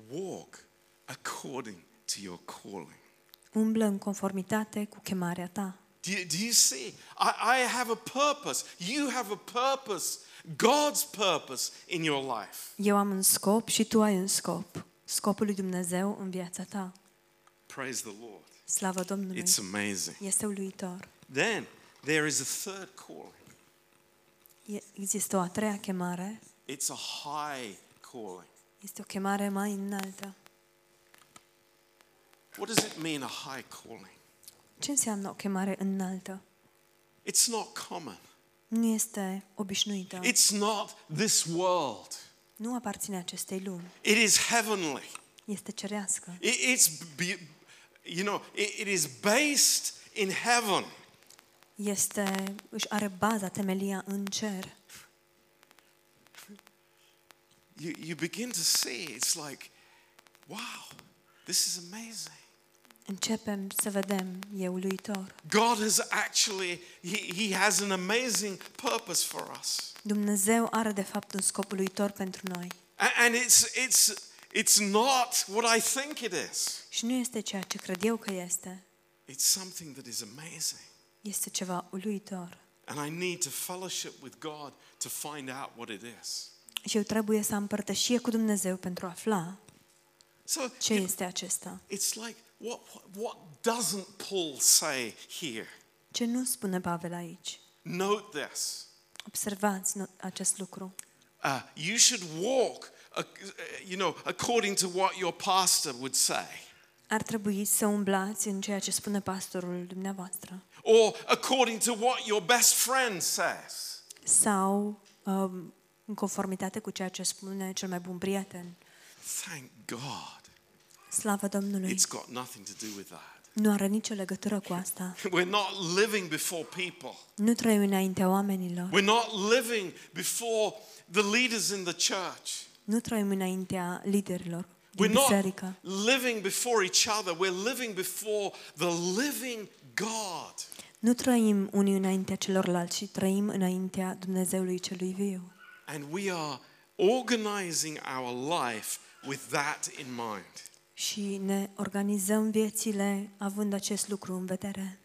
[SPEAKER 1] Walk according to your calling.
[SPEAKER 2] Umblă în conformitate cu chemarea ta.
[SPEAKER 1] Do you, do you see? I, I have a purpose. You have a purpose. God's purpose in your life.
[SPEAKER 2] Eu am un scop și tu ai un scop. Scopul lui Dumnezeu în viața ta.
[SPEAKER 1] Praise the Lord.
[SPEAKER 2] Slavă Domnului!
[SPEAKER 1] It's amazing.
[SPEAKER 2] Este uluitor.
[SPEAKER 1] Then there is a third calling.
[SPEAKER 2] E- Există o a treia chemare.
[SPEAKER 1] It's a high calling.
[SPEAKER 2] Este o chemare mai înaltă.
[SPEAKER 1] What does it mean, a high calling?
[SPEAKER 2] Ce înseamnă o chemare înaltă?
[SPEAKER 1] It's not common,
[SPEAKER 2] Nu este obișnuită.
[SPEAKER 1] it's not this world.
[SPEAKER 2] Nu aparține acestei lumi.
[SPEAKER 1] It is heavenly.
[SPEAKER 2] Este cerească.
[SPEAKER 1] It, it's, be, you know, it, it is based in heaven.
[SPEAKER 2] Este, își are baza, temelia în cer.
[SPEAKER 1] You, you begin to see, it's like, wow, this is amazing.
[SPEAKER 2] Începem să vedem, e uluitor.
[SPEAKER 1] God has actually, he, he has an amazing purpose for us.
[SPEAKER 2] Dumnezeu are de fapt un scop uluitor pentru noi.
[SPEAKER 1] A- And it's, it's, it's not what I think it is.
[SPEAKER 2] Și nu este ceea ce cred eu că este.
[SPEAKER 1] It's something that is amazing.
[SPEAKER 2] Este ceva uluitor.
[SPEAKER 1] And I need to fellowship with God to find out what it is.
[SPEAKER 2] Și eu trebuie să am părtășie cu Dumnezeu pentru a afla
[SPEAKER 1] So
[SPEAKER 2] ce este acesta.
[SPEAKER 1] it's like, what, what, what doesn't Paul say here?
[SPEAKER 2] Ce nu spune Pavel aici?
[SPEAKER 1] Note this.
[SPEAKER 2] Observați no- acest lucru.
[SPEAKER 1] Uh, you should walk, uh, you know, according to what your pastor would say,
[SPEAKER 2] Ar trebui să umblați în ceea ce spune pastorul dumneavoastră
[SPEAKER 1] or according to what your best friend says.
[SPEAKER 2] sau um, în conformitate cu ceea ce spune cel mai bun prieten.
[SPEAKER 1] Thank God,
[SPEAKER 2] Slavă Domnului!
[SPEAKER 1] it's got nothing to do with that. (laughs)
[SPEAKER 2] Nu are nicio legătură cu asta.
[SPEAKER 1] We're not living before people.
[SPEAKER 2] Nu trăim înaintea oamenilor.
[SPEAKER 1] We're not living before the leaders in the church.
[SPEAKER 2] Nu trăim înaintea liderilor
[SPEAKER 1] We're
[SPEAKER 2] din
[SPEAKER 1] not
[SPEAKER 2] biserică.
[SPEAKER 1] living before each other. We're living before the living God.
[SPEAKER 2] Nu trăim unii înaintea celorlalți, ci trăim înaintea Dumnezeului celui viu.
[SPEAKER 1] And we are organizing our life with that in mind.
[SPEAKER 2] Și ne organizăm viețile având acest lucru în vedere.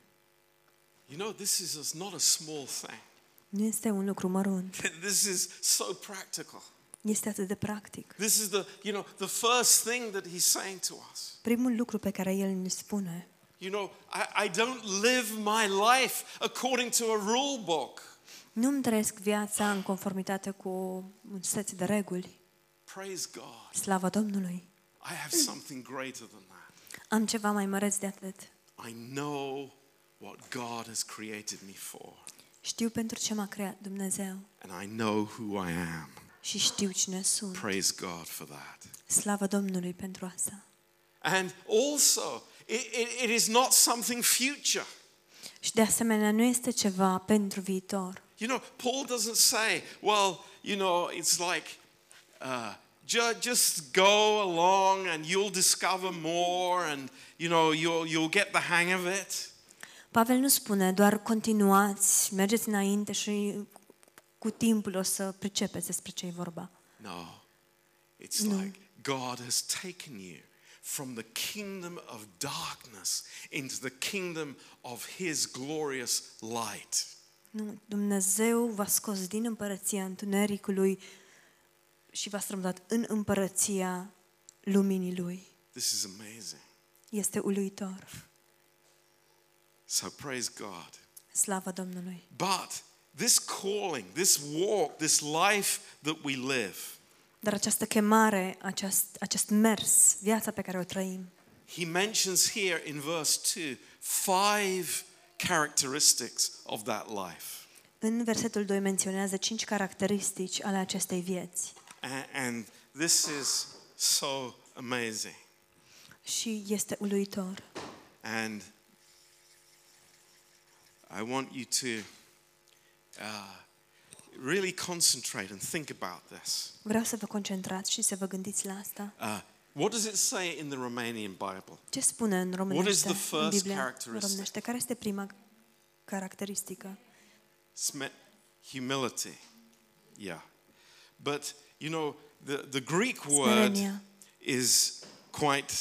[SPEAKER 1] You know, this is a- not a small thing. (laughs)
[SPEAKER 2] Nu este un lucru mărunt.
[SPEAKER 1] This is so practical.
[SPEAKER 2] Este atât de practic.
[SPEAKER 1] This is the, you know, the first thing that he's saying to us.
[SPEAKER 2] Primul lucru pe care el ne spune,
[SPEAKER 1] You know, I, I don't live my life according to a rule book.
[SPEAKER 2] nu-mi trăiesc viața în conformitate cu un set de reguli.
[SPEAKER 1] Praise God.
[SPEAKER 2] Slavă Domnului!
[SPEAKER 1] I have something greater than that.
[SPEAKER 2] Am ceva mai măreț de atât.
[SPEAKER 1] I know what God has created me for,
[SPEAKER 2] Știu pentru ce m-a creat Dumnezeu
[SPEAKER 1] and I know who I am.
[SPEAKER 2] și știu cine sunt.
[SPEAKER 1] Praise God for that.
[SPEAKER 2] Slavă Domnului pentru asta.
[SPEAKER 1] And also, it, it, it is not something future.
[SPEAKER 2] Și de asemenea nu este ceva pentru viitor.
[SPEAKER 1] You know, Paul doesn't say, well, you know, it's like, uh, ju- just go along and you'll discover more and, you know, you'll, you'll get the hang of it.
[SPEAKER 2] Pavel nu spune doar continuați, mergeți înainte și cu timpul o să pricepeți despre ce e vorba.
[SPEAKER 1] No. It's like God has taken you from the kingdom of darkness into the kingdom of his glorious light.
[SPEAKER 2] Nu, Dumnezeu v-a scos din împărăția întunericului și v-a strămutat în împărăția luminii lui.
[SPEAKER 1] This is amazing.
[SPEAKER 2] Este uluitor.
[SPEAKER 1] So praise God.
[SPEAKER 2] Slavă Domnului!
[SPEAKER 1] But this calling, this walk, this life that we live,
[SPEAKER 2] Dar această chemare, acest, acest mers, viața pe care o trăim,
[SPEAKER 1] he mentions here in verse 2 five characteristics of that life.
[SPEAKER 2] în versetul 2 menționează cinci caracteristici ale acestei vieți.
[SPEAKER 1] A- And this is so amazing.
[SPEAKER 2] Și este uluitor.
[SPEAKER 1] And I want you to uh, really concentrate and think about this.
[SPEAKER 2] Vreau să vă concentrați și să vă gândiți la asta.
[SPEAKER 1] Uh, what does it say in the Romanian Bible?
[SPEAKER 2] Ce spune în românește,
[SPEAKER 1] What is the
[SPEAKER 2] în
[SPEAKER 1] first
[SPEAKER 2] Biblia în
[SPEAKER 1] characteristic?
[SPEAKER 2] românește? Care este prima caracteristică?
[SPEAKER 1] Sme- humility. Yeah. But, you know, the, the Greek word
[SPEAKER 2] Smerenia.
[SPEAKER 1] is quite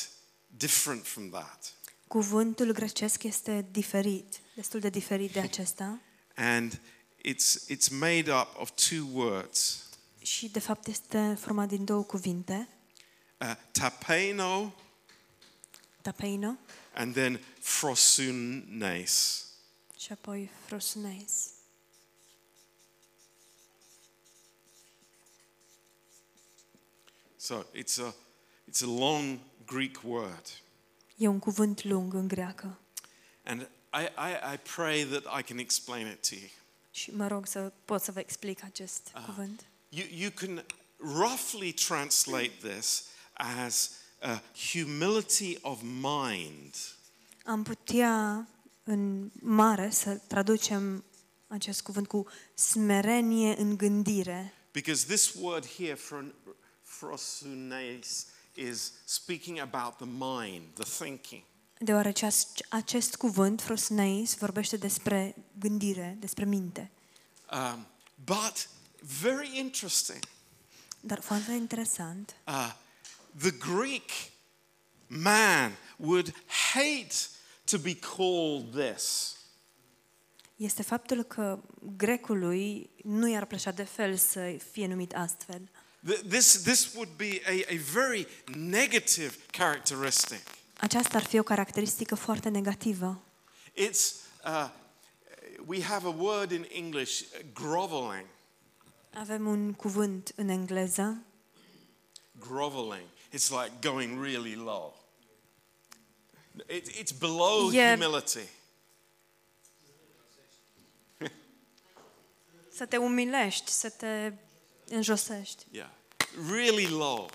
[SPEAKER 1] different from that.
[SPEAKER 2] Cuvântul grecesc este diferit, destul de diferit de acesta
[SPEAKER 1] And it's, it's made up of two words
[SPEAKER 2] și de fapt este format din două cuvinte,
[SPEAKER 1] uh, tapeno
[SPEAKER 2] tapeino
[SPEAKER 1] and then frosunes.
[SPEAKER 2] și apoi frosneis.
[SPEAKER 1] So it's a, it's a long Greek word.
[SPEAKER 2] E un cuvânt lung în greacă
[SPEAKER 1] And I, I, I pray that I can explain it to you.
[SPEAKER 2] și mă rog să pot să vă explic acest
[SPEAKER 1] Ah.
[SPEAKER 2] cuvânt.
[SPEAKER 1] You, you can roughly translate this as uh, humility of mind.
[SPEAKER 2] Am putea în mare să traducem acest cuvânt cu smerenie în gândire,
[SPEAKER 1] Because this word here, fron- frosunes, is speaking about the mind, the thinking.
[SPEAKER 2] deoarece ac- acest cuvânt, frosneis, vorbește despre gândire, despre minte.
[SPEAKER 1] Um, but very interesting.
[SPEAKER 2] Dar foarte interesant,
[SPEAKER 1] Uh, the Greek man would hate to be called this.
[SPEAKER 2] este faptul că grecului nu i-ar plăcea de fel să fie numit astfel.
[SPEAKER 1] Th- This, this would be a, a very negative characteristic.
[SPEAKER 2] Aceasta ar fi o caracteristică foarte negativă.
[SPEAKER 1] It's, uh, we have a word in English, uh, groveling.
[SPEAKER 2] Avem un cuvânt în engleză,
[SPEAKER 1] Groveling. It's like going really low. It, it's below
[SPEAKER 2] Yeah.
[SPEAKER 1] humility.
[SPEAKER 2] să te umilești, să te înjosești.
[SPEAKER 1] Yeah. Really low.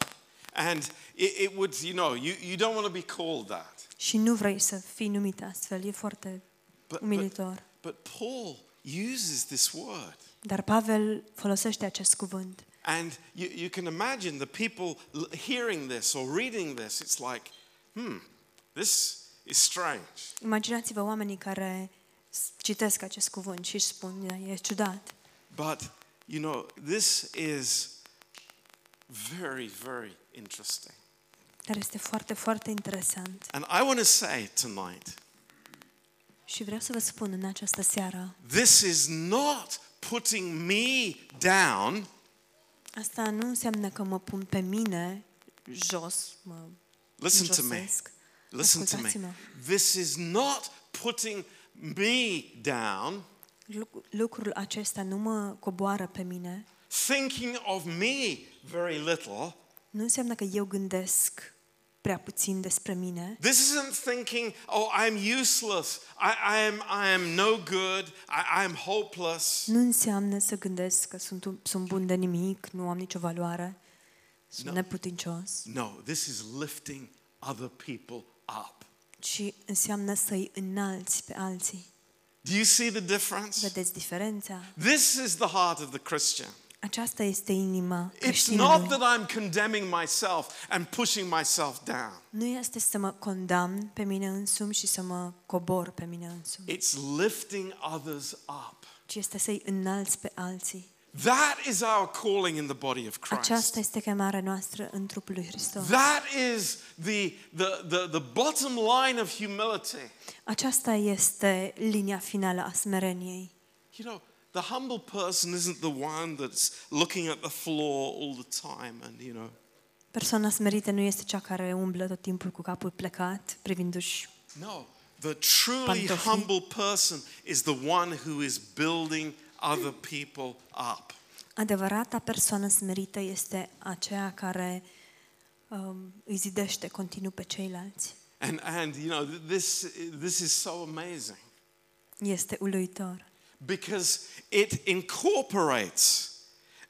[SPEAKER 1] And it, it would, you know, you, you don't want to be called that.
[SPEAKER 2] Și nu vrei să fii numit astfel, e foarte
[SPEAKER 1] But, but,
[SPEAKER 2] umilitor.
[SPEAKER 1] but Paul uses this word.
[SPEAKER 2] Dar Pavel folosește acest cuvânt.
[SPEAKER 1] And you, you can imagine the people l- hearing this or reading this, it's like, hmm, this is strange.
[SPEAKER 2] Imaginați-vă oamenii care s- citesc acest cuvânt și își spun, "Da, e ciudat.
[SPEAKER 1] But, you know, this is very, very interesting.
[SPEAKER 2] Dar este foarte, foarte interesant.
[SPEAKER 1] And I want to say tonight
[SPEAKER 2] Și vreau să vă spun în această seară,
[SPEAKER 1] this is not putting me down,
[SPEAKER 2] Asta nu înseamnă că mă pun pe mine jos, mă
[SPEAKER 1] Listen to me.
[SPEAKER 2] josesc.
[SPEAKER 1] Listen to me.
[SPEAKER 2] Ascultați-mă.
[SPEAKER 1] This is not putting me down,
[SPEAKER 2] Lu- Lucrul acesta nu mă coboară pe mine.
[SPEAKER 1] thinking of me very little.
[SPEAKER 2] Nu înseamnă că eu gândesc prea puțin despre mine.
[SPEAKER 1] This isn't thinking, oh, I'm useless. I, I, am, I am no good. I, I'm hopeless.
[SPEAKER 2] Nu înseamnă să gândesc că sunt, un- sunt bun de nimic, nu am nicio valoare, sunt
[SPEAKER 1] Nu.
[SPEAKER 2] no. neputincios,
[SPEAKER 1] No, this is lifting other people up.
[SPEAKER 2] ci înseamnă să-i înalți pe alții.
[SPEAKER 1] Do you see the difference?
[SPEAKER 2] Vedeți diferența?
[SPEAKER 1] This is the heart of the Christian.
[SPEAKER 2] Aceasta este inima
[SPEAKER 1] It's not
[SPEAKER 2] creștinului.
[SPEAKER 1] that I'm condemning myself and pushing myself down.
[SPEAKER 2] Nu este să mă condamn pe mine însumi și să mă cobor pe mine însumi,
[SPEAKER 1] It's lifting others up.
[SPEAKER 2] ci este să-i înalți pe alții.
[SPEAKER 1] That is our calling in the body of
[SPEAKER 2] Aceasta
[SPEAKER 1] Christ.
[SPEAKER 2] este chemarea noastră în trupul lui Hristos.
[SPEAKER 1] That is the, the, the, the bottom line of humility.
[SPEAKER 2] Aceasta este linia finală a smereniei.
[SPEAKER 1] You know, the humble person isn't the one that's looking at the floor all the time and, you know,
[SPEAKER 2] Persoana smerită nu este cea care umblă tot timpul cu capul plecat, privindu-și.
[SPEAKER 1] no. The truly
[SPEAKER 2] Pantofii.
[SPEAKER 1] humble person is the one who is building other people up.
[SPEAKER 2] Adevărata persoană smerită este aceea care um, îi zidește continuu pe ceilalți.
[SPEAKER 1] And, and you know, th- this, this is so amazing
[SPEAKER 2] Este uluitor,
[SPEAKER 1] because it incorporates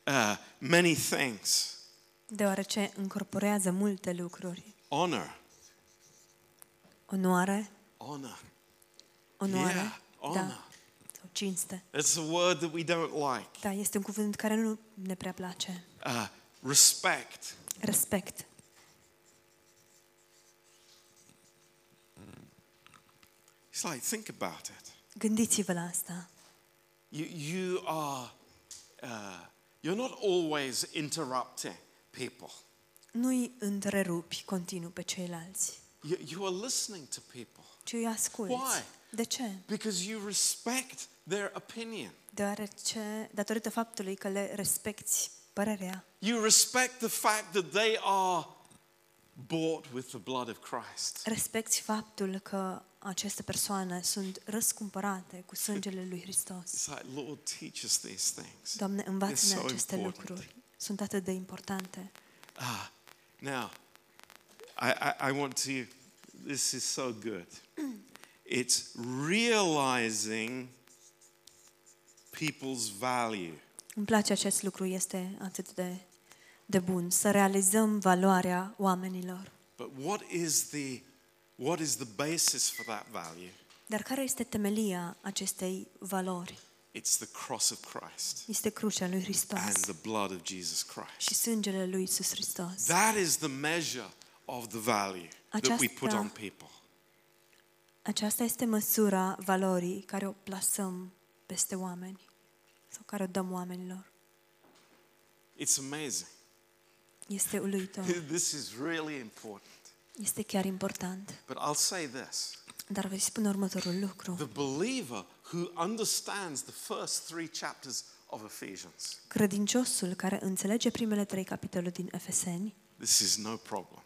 [SPEAKER 1] uh, many things
[SPEAKER 2] deoarece încorporează multe lucruri.
[SPEAKER 1] honor,
[SPEAKER 2] Onoare,
[SPEAKER 1] honor.
[SPEAKER 2] onoare,
[SPEAKER 1] Yeah, honor.
[SPEAKER 2] da, sau cinste.
[SPEAKER 1] It's a word that we don't like.
[SPEAKER 2] Da, este un cuvânt care nu ne prea place.
[SPEAKER 1] Uh, respect,
[SPEAKER 2] Respect,
[SPEAKER 1] It's like, think about it.
[SPEAKER 2] gândiți-vă la asta.
[SPEAKER 1] You, you are, uh, you're not always interrupting people.
[SPEAKER 2] Nu-i întrerupi continuu pe ceilalți,
[SPEAKER 1] You, you are listening to people
[SPEAKER 2] ci îi asculți.
[SPEAKER 1] Why?
[SPEAKER 2] De ce?
[SPEAKER 1] because you respect their opinion.
[SPEAKER 2] Deoarece, datorită faptului că le respecti părerea,
[SPEAKER 1] You respect the fact that they are bought with the blood of Christ.
[SPEAKER 2] respecti faptul că aceste persoane sunt răscumpărate cu sângele lui Hristos.
[SPEAKER 1] It's like, Lord, teach us these things.
[SPEAKER 2] Doamne, învață-ne
[SPEAKER 1] They're so
[SPEAKER 2] aceste
[SPEAKER 1] important.
[SPEAKER 2] lucruri. Sunt atât de importante.
[SPEAKER 1] Ah, now, I, I, I want to, this is so good. It's realizing people's value.
[SPEAKER 2] Îmi place acest lucru, este atât de, de bun. Să realizăm valoarea oamenilor.
[SPEAKER 1] But what is the, what is the basis for that value?
[SPEAKER 2] Dar care este temelia acestei valori?
[SPEAKER 1] It's the cross of Christ
[SPEAKER 2] Este crucea lui Hristos
[SPEAKER 1] and the blood of Jesus Christ.
[SPEAKER 2] și sângele lui Iisus Hristos.
[SPEAKER 1] That is the measure of the value that we put
[SPEAKER 2] Aceasta-
[SPEAKER 1] on people.
[SPEAKER 2] Aceasta este măsura valorii care o plasăm peste oameni sau care o dăm oamenilor.
[SPEAKER 1] It's amazing. (laughs)
[SPEAKER 2] Este uluitor.
[SPEAKER 1] This is really important.
[SPEAKER 2] Este chiar important.
[SPEAKER 1] But I'll say this.
[SPEAKER 2] Dar vă spun următorul lucru.
[SPEAKER 1] The believer who understands the first three chapters of Ephesians,
[SPEAKER 2] Credinciosul care înțelege primele trei capitole din Efeseni,
[SPEAKER 1] this is no problem.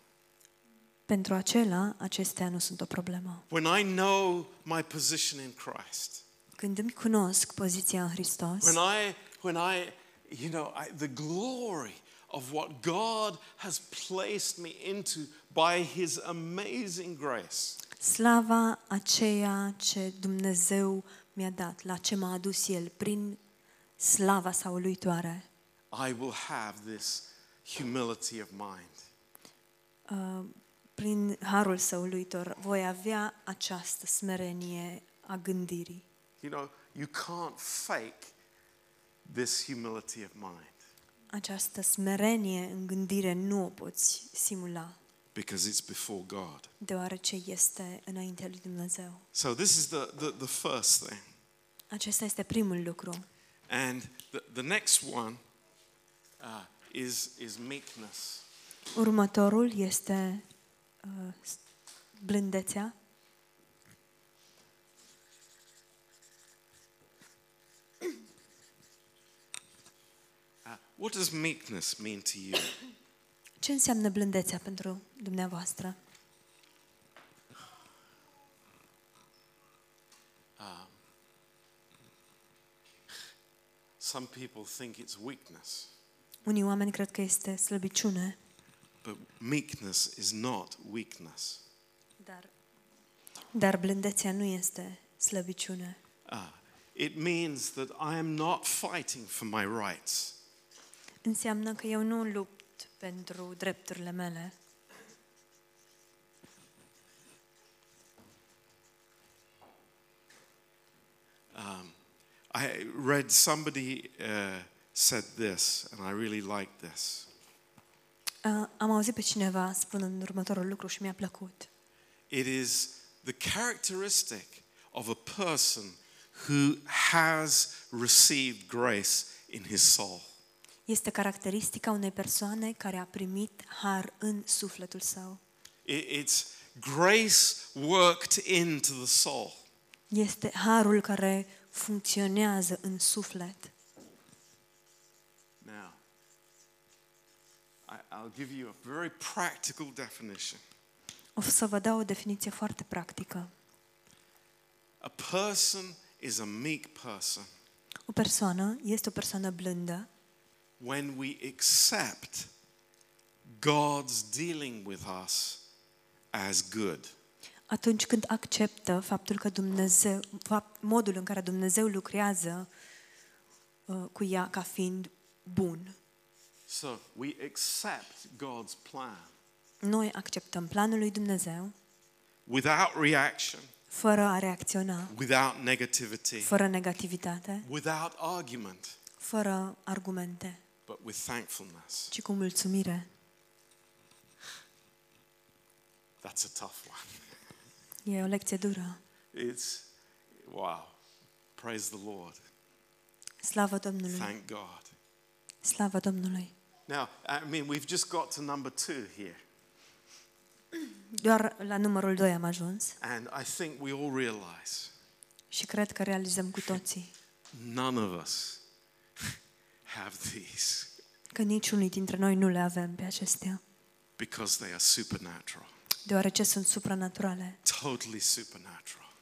[SPEAKER 2] pentru acela acestea nu sunt o problemă.
[SPEAKER 1] When I know my position in Christ,
[SPEAKER 2] Când îmi cunosc poziția în Hristos,
[SPEAKER 1] when I, when I, you know, I, the glory of what God has placed me into by His amazing grace,
[SPEAKER 2] slava aceea ce Dumnezeu mi-a dat, la ce m-a adus El prin slava sa uluitoare,
[SPEAKER 1] I will have this humility of mind.
[SPEAKER 2] prin harul său uluitor, voi avea această smerenie a gândirii.
[SPEAKER 1] You know, you can't fake this humility of mind
[SPEAKER 2] Această smerenie în gândire nu o poți simula,
[SPEAKER 1] because it's before God.
[SPEAKER 2] deoarece este înaintea lui Dumnezeu.
[SPEAKER 1] So this is the, the, the first thing.
[SPEAKER 2] Acesta este primul lucru.
[SPEAKER 1] And the, the next one uh, is, is meekness.
[SPEAKER 2] Următorul este uh, s- blândețea.
[SPEAKER 1] Uh, Uh, what does meekness mean to you?
[SPEAKER 2] Ce înseamnă blândețea pentru dumneavoastră?
[SPEAKER 1] Some people think it's weakness,
[SPEAKER 2] Unii oameni cred că este slăbiciune,
[SPEAKER 1] but meekness is not weakness.
[SPEAKER 2] dar, dar blândețea nu este slăbiciune.
[SPEAKER 1] Uh, it means that I am not fighting for my rights.
[SPEAKER 2] Înseamnă că eu nu lupt pentru drepturile mele.
[SPEAKER 1] I read somebody uh, said this, and I really like this.
[SPEAKER 2] A, Uh, am auzit pe cineva spunând următorul lucru și mi-a plăcut.
[SPEAKER 1] It is the characteristic of a person who has received grace in his soul.
[SPEAKER 2] Este caracteristica unei persoane care a primit har în sufletul său.
[SPEAKER 1] It- It's grace worked into the soul.
[SPEAKER 2] Este harul care funcționează în suflet.
[SPEAKER 1] Now, I, I'll give you a very practical definition.
[SPEAKER 2] O să vă dau o definiție foarte practică.
[SPEAKER 1] A person is a meek person
[SPEAKER 2] O persoană este o persoană blândă
[SPEAKER 1] when we accept God's dealing with us as good.
[SPEAKER 2] atunci când acceptă faptul că Dumnezeu, fapt, modul în care Dumnezeu lucrează uh, cu ea ca fiind bun.
[SPEAKER 1] So we accept God's plan
[SPEAKER 2] Noi acceptăm planul lui Dumnezeu
[SPEAKER 1] without reaction,
[SPEAKER 2] fără a reacționa,
[SPEAKER 1] without negativity,
[SPEAKER 2] fără negativitate,
[SPEAKER 1] without argument,
[SPEAKER 2] fără argumente,
[SPEAKER 1] but with thankfulness.
[SPEAKER 2] ci cu mulțumire.
[SPEAKER 1] That's a tough one.
[SPEAKER 2] E o lecție dură.
[SPEAKER 1] It's, wow. Praise the Lord.
[SPEAKER 2] Slavă Domnului!
[SPEAKER 1] Thank God.
[SPEAKER 2] Slavă Domnului!
[SPEAKER 1] Now, I mean, we've just got to number two here.
[SPEAKER 2] Doar la numărul 2 am ajuns
[SPEAKER 1] And I think we all realize
[SPEAKER 2] și cred că realizăm cu toții
[SPEAKER 1] none of us (laughs) have these
[SPEAKER 2] că niciunul dintre noi nu le avem pe acestea,
[SPEAKER 1] because they are supernatural,
[SPEAKER 2] deoarece sunt supranaturale,
[SPEAKER 1] totally supernatural.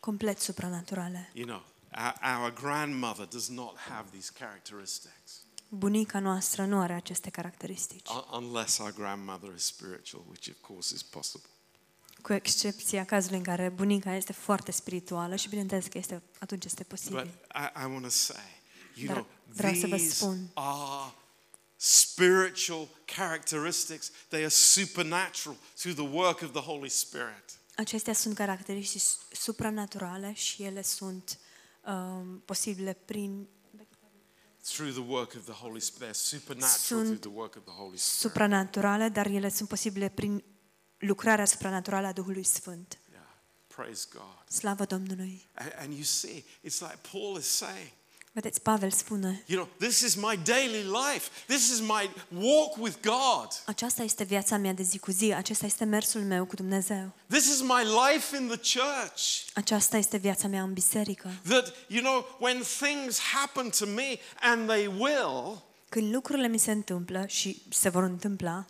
[SPEAKER 2] complet supranaturale.
[SPEAKER 1] You know, our, our grandmother does not have these characteristics,
[SPEAKER 2] Bunica noastră nu are aceste caracteristici,
[SPEAKER 1] un- unless our grandmother is spiritual, which of course is possible.
[SPEAKER 2] cu excepția cazului în care bunica este foarte spirituală și bineînțeles că este, atunci este
[SPEAKER 1] But
[SPEAKER 2] posibil.
[SPEAKER 1] I, I want to say, you
[SPEAKER 2] Dar
[SPEAKER 1] know,
[SPEAKER 2] vreau să vă
[SPEAKER 1] these
[SPEAKER 2] spun.
[SPEAKER 1] are spiritual characteristics. They are supernatural through the work of the Holy Spirit.
[SPEAKER 2] Acestea sunt caracteristici supranaturale și ele sunt um, posibile prin
[SPEAKER 1] Through the work of the Holy Spirit. They're supernatural through
[SPEAKER 2] Sunt
[SPEAKER 1] the work of the Holy Spirit.
[SPEAKER 2] supranaturale, dar ele sunt posibile prin lucrarea supranaturală a Duhului Sfânt.
[SPEAKER 1] Yeah. Praise God.
[SPEAKER 2] Slavă Domnului!
[SPEAKER 1] And, and you see, it's like Paul is saying,
[SPEAKER 2] Vedeți, Pavel spune,
[SPEAKER 1] you know, this is my daily life. This is my walk with God.
[SPEAKER 2] aceasta este viața mea de zi cu zi, acesta este mersul meu cu Dumnezeu,
[SPEAKER 1] This is my life in the church.
[SPEAKER 2] aceasta este viața mea în biserică.
[SPEAKER 1] That, you know, when things happen to me, and they will,
[SPEAKER 2] Când lucrurile mi se întâmplă și se vor întâmpla,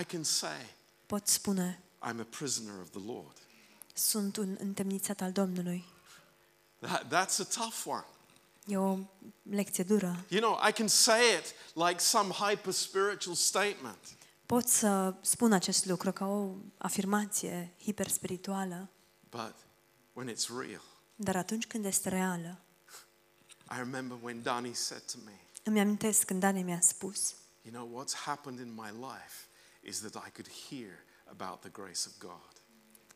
[SPEAKER 1] I can say,
[SPEAKER 2] pot spune,
[SPEAKER 1] I'm a prisoner of the Lord.
[SPEAKER 2] sunt un întemnițat al Domnului.
[SPEAKER 1] That, that's a tough one.
[SPEAKER 2] E o lecție dură.
[SPEAKER 1] You know, I can say it like some hyper spiritual statement,
[SPEAKER 2] Pot să spun acest lucru ca o afirmație hiperspirituală,
[SPEAKER 1] but when it's real,
[SPEAKER 2] dar atunci când este reală,
[SPEAKER 1] I remember when Danny said to me,
[SPEAKER 2] îmi amintesc când Dani mi-a spus,
[SPEAKER 1] You know, what's happened in my life is that I could hear about the grace of God.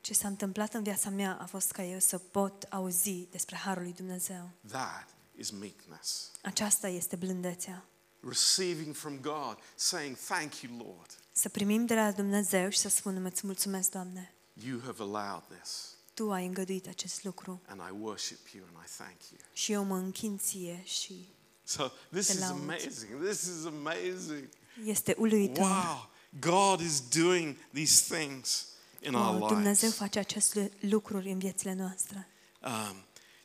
[SPEAKER 2] ce s-a întâmplat în viața mea a fost ca eu să pot auzi despre Harul lui Dumnezeu.
[SPEAKER 1] That is meekness.
[SPEAKER 2] Aceasta este blândețea.
[SPEAKER 1] Receiving from God, saying, Thank you, Lord,
[SPEAKER 2] Să primim de la Dumnezeu și să spunem îți mulțumesc, Doamne,
[SPEAKER 1] you have allowed this,
[SPEAKER 2] Tu ai îngăduit acest lucru
[SPEAKER 1] and I worship you and I thank you.
[SPEAKER 2] și eu mă închin ție și
[SPEAKER 1] So this is
[SPEAKER 2] Allowance.
[SPEAKER 1] amazing. This is amazing.
[SPEAKER 2] este uluitor.
[SPEAKER 1] Wow. God is doing these things in our
[SPEAKER 2] Wow, Dumnezeu
[SPEAKER 1] lives.
[SPEAKER 2] face aceste lucruri în viețile noastre.
[SPEAKER 1] Um,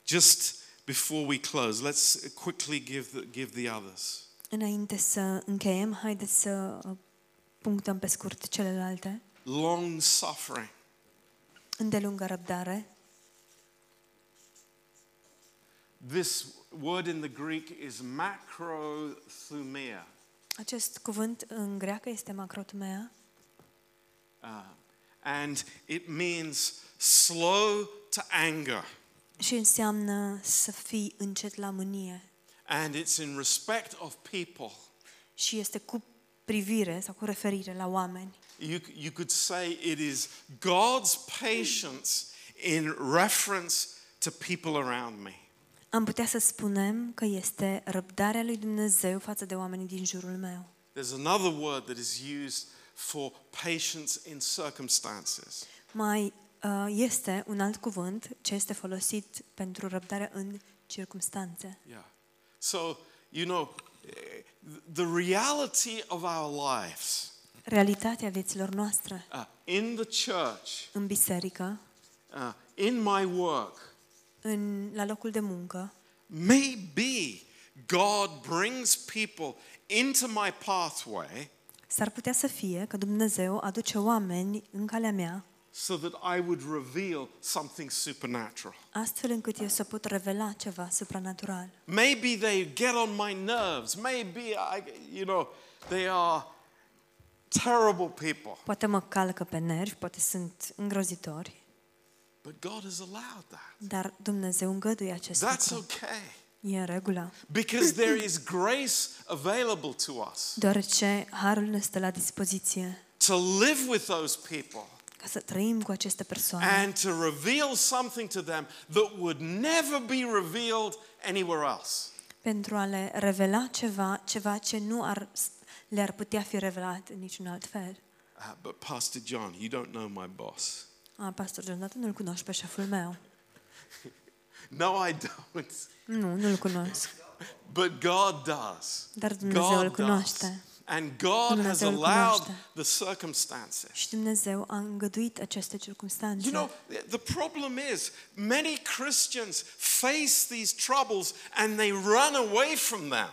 [SPEAKER 1] just before we close, let's quickly give the, give the others.
[SPEAKER 2] Înainte să încheiem, haideți să uh, punctăm pe scurt celelalte.
[SPEAKER 1] long suffering,
[SPEAKER 2] Îndelungă răbdare.
[SPEAKER 1] This word in the Greek is macrothumia.
[SPEAKER 2] Acest cuvânt în greacă este macrotumea
[SPEAKER 1] Uh, and it means slow to anger.
[SPEAKER 2] și înseamnă să fii încet la mânie
[SPEAKER 1] And it's in respect of people.
[SPEAKER 2] și este cu privire sau cu referire la oameni.
[SPEAKER 1] You, you could say it is God's patience in reference to people around me.
[SPEAKER 2] Am putea să spunem că este răbdarea lui Dumnezeu față de oamenii din jurul meu.
[SPEAKER 1] There's another word that is used for patience in circumstances.
[SPEAKER 2] Mai uh, este un alt cuvânt ce este folosit pentru răbdare în circumstanțe.
[SPEAKER 1] Yeah. So, you know, eh, the reality of our lives
[SPEAKER 2] Realitatea vieților noastre
[SPEAKER 1] uh, in the church,
[SPEAKER 2] în biserică,
[SPEAKER 1] uh, in my work,
[SPEAKER 2] în, la locul de muncă,
[SPEAKER 1] maybe God brings people into my pathway
[SPEAKER 2] s-ar putea să fie că Dumnezeu aduce oameni în calea mea
[SPEAKER 1] so that I would reveal something supernatural.
[SPEAKER 2] astfel încât eu să pot revela ceva supranatural.
[SPEAKER 1] Maybe they get on my nerves. Maybe I, you know, they are terrible people.
[SPEAKER 2] Poate mă calcă pe nervi, poate sunt îngrozitori,
[SPEAKER 1] But God has allowed that.
[SPEAKER 2] dar Dumnezeu îngăduie acest
[SPEAKER 1] That's
[SPEAKER 2] lucru.
[SPEAKER 1] okay.
[SPEAKER 2] E în regulă.
[SPEAKER 1] Because there is grace available to us
[SPEAKER 2] Deoarece harul ne stă la dispoziție
[SPEAKER 1] to live with those people
[SPEAKER 2] ca să trăim cu aceste persoane
[SPEAKER 1] and to reveal something to them that would never be revealed anywhere else.
[SPEAKER 2] pentru a le revela ceva, ceva ce nu ar, le-ar putea fi revelat în niciun alt fel.
[SPEAKER 1] Uh, but Pastor John, you don't know my boss.
[SPEAKER 2] A, pastor Jonathan, nu-l cunoști pe șeful meu.
[SPEAKER 1] No, I don't.
[SPEAKER 2] Nu, nu-l cunosc.
[SPEAKER 1] But God does.
[SPEAKER 2] Dar Dumnezeu îl
[SPEAKER 1] God does.
[SPEAKER 2] cunoaște.
[SPEAKER 1] And God has
[SPEAKER 2] Dumnezeu îl
[SPEAKER 1] allowed
[SPEAKER 2] cunoaște.
[SPEAKER 1] the circumstances.
[SPEAKER 2] Și Dumnezeu a îngăduit aceste circunstanțe.
[SPEAKER 1] You know, the- the problem is many Christians face these troubles and they run away from them.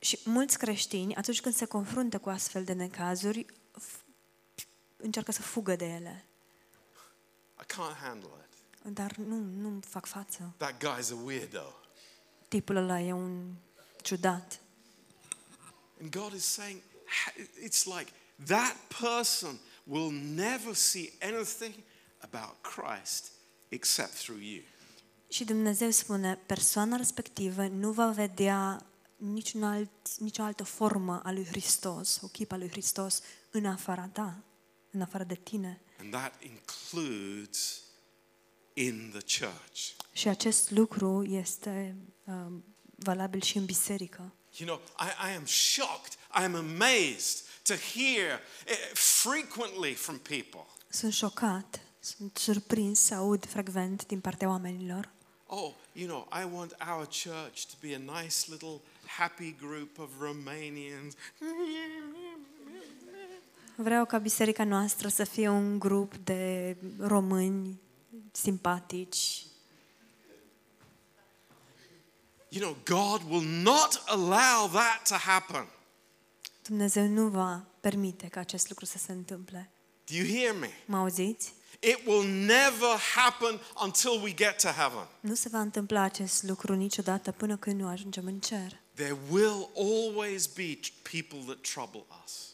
[SPEAKER 2] și mulți creștini, atunci când se confruntă cu astfel de necazuri, f- încearcă să fugă de ele.
[SPEAKER 1] I can't handle it.
[SPEAKER 2] Dar nu, nu fac față.
[SPEAKER 1] That guy's a weirdo.
[SPEAKER 2] Tipul ăla e un ciudat.
[SPEAKER 1] And God is saying, it's like that person will never see anything about Christ except through you.
[SPEAKER 2] Și Dumnezeu spune, persoana respectivă nu va vedea niciun alt, nicio altă formă a lui Hristos, o chip a lui Hristos, în afara ta, în afara de tine.
[SPEAKER 1] And that includes in the church.
[SPEAKER 2] Și acest lucru este uh, valabil și în biserică.
[SPEAKER 1] You know, I, I am shocked, I am amazed to hear eh, frequently from people
[SPEAKER 2] Sunt șocat, sunt surprins să aud frecvent din partea oamenilor.
[SPEAKER 1] oh, you know, I want our church to be a nice little happy group of Romanians.
[SPEAKER 2] Vreau ca biserica noastră să fie un grup de români simpatici.
[SPEAKER 1] You know, God will not allow that to happen.
[SPEAKER 2] Dumnezeu nu va permite ca acest lucru să se întâmple.
[SPEAKER 1] Do you hear me?
[SPEAKER 2] Mă auziți?
[SPEAKER 1] It will never happen until we get to heaven.
[SPEAKER 2] Nu se va întâmpla acest lucru niciodată până când nu ajungem în cer.
[SPEAKER 1] There will always be tr- people that trouble us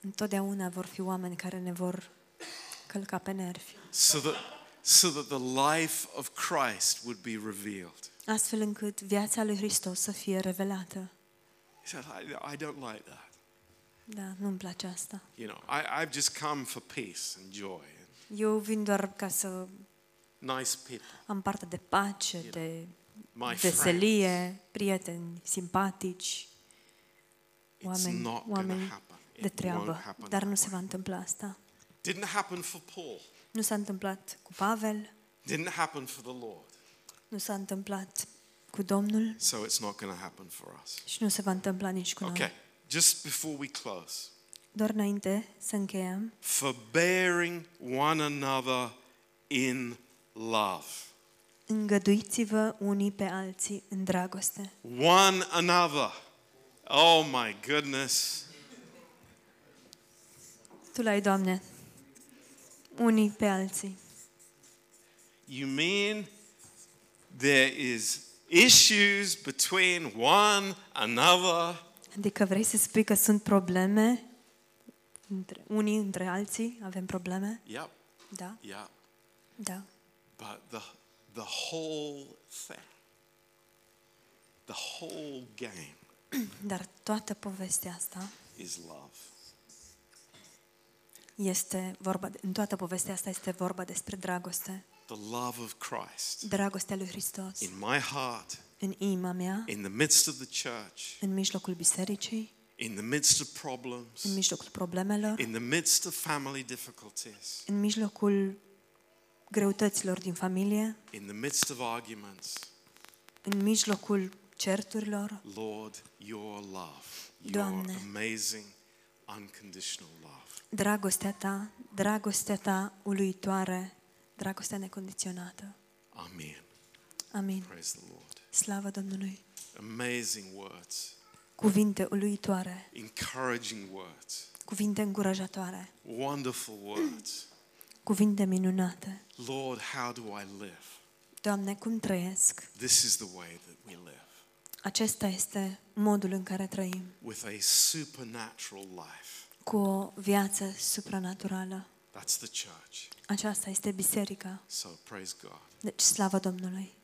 [SPEAKER 2] Întotdeauna vor fi oameni care ne vor călca pe nervi,
[SPEAKER 1] so that, so that the life of Christ would be revealed.
[SPEAKER 2] astfel încât viața lui Hristos să fie revelată.
[SPEAKER 1] He said, I, I don't like that.
[SPEAKER 2] Da, nu-mi place asta.
[SPEAKER 1] You know, I, I've just come for peace and joy and
[SPEAKER 2] Eu vin doar ca să
[SPEAKER 1] nice people.
[SPEAKER 2] am parte de pace, de
[SPEAKER 1] My friend,
[SPEAKER 2] veselie, prieteni simpatici,
[SPEAKER 1] it's
[SPEAKER 2] oameni,
[SPEAKER 1] not going to
[SPEAKER 2] oameni
[SPEAKER 1] happen.
[SPEAKER 2] de
[SPEAKER 1] It won't
[SPEAKER 2] treabă.
[SPEAKER 1] happen.
[SPEAKER 2] Dar
[SPEAKER 1] that
[SPEAKER 2] nu se
[SPEAKER 1] way.
[SPEAKER 2] va întâmpla asta.
[SPEAKER 1] Didn't happen for Paul.
[SPEAKER 2] Nu s-a întâmplat cu Pavel,
[SPEAKER 1] Didn't happen for the Lord.
[SPEAKER 2] nu s-a întâmplat cu Domnul
[SPEAKER 1] So it's not going to happen for us.
[SPEAKER 2] și nu se va întâmpla nici cu
[SPEAKER 1] Okay,
[SPEAKER 2] noi.
[SPEAKER 1] just before we close,
[SPEAKER 2] Doar înainte să încheiem,
[SPEAKER 1] forbearing one another in love.
[SPEAKER 2] îngăduiți-vă unii pe alții în dragoste.
[SPEAKER 1] One another. Oh my goodness.
[SPEAKER 2] Tu l-ai, Doamne, unii pe alții.
[SPEAKER 1] You mean there is issues between one another?
[SPEAKER 2] Adică vrei să spui că sunt probleme între unii între alții? Avem probleme?
[SPEAKER 1] Yep.
[SPEAKER 2] Da,
[SPEAKER 1] Yep.
[SPEAKER 2] da.
[SPEAKER 1] But the the whole thing. The whole game
[SPEAKER 2] Dar toată povestea asta
[SPEAKER 1] is love.
[SPEAKER 2] este vorba, de- în toată povestea asta este vorba despre dragoste.
[SPEAKER 1] The love of Christ
[SPEAKER 2] Dragostea lui Hristos
[SPEAKER 1] in my heart,
[SPEAKER 2] în inima mea,
[SPEAKER 1] in the midst of the church,
[SPEAKER 2] în mijlocul bisericii,
[SPEAKER 1] in the midst of
[SPEAKER 2] în
[SPEAKER 1] problems,
[SPEAKER 2] mijlocul problemelor,
[SPEAKER 1] in the midst of family difficulties,
[SPEAKER 2] în mijlocul greutăților din familie,
[SPEAKER 1] in the midst of arguments.
[SPEAKER 2] în mijlocul certurilor.
[SPEAKER 1] Lord, your love, your
[SPEAKER 2] Doamne.
[SPEAKER 1] amazing unconditional love.
[SPEAKER 2] Dragostea ta, dragostea ta uluitoare, dragostea necondiționată.
[SPEAKER 1] Amen.
[SPEAKER 2] Amin.
[SPEAKER 1] Praise the Lord.
[SPEAKER 2] Slavă Domnului!
[SPEAKER 1] Amazing words,
[SPEAKER 2] Cuvinte uluitoare,
[SPEAKER 1] encouraging words,
[SPEAKER 2] cuvinte încurajatoare,
[SPEAKER 1] wonderful words.
[SPEAKER 2] cuvinte minunate.
[SPEAKER 1] Lord, how do I live?
[SPEAKER 2] Doamne, cum trăiesc?
[SPEAKER 1] This is the way that we live
[SPEAKER 2] Acesta este modul în care trăim,
[SPEAKER 1] with a supernatural life.
[SPEAKER 2] cu o viață supranaturală.
[SPEAKER 1] That's the church.
[SPEAKER 2] Aceasta este biserica.
[SPEAKER 1] So praise God.
[SPEAKER 2] Deci, slavă Domnului!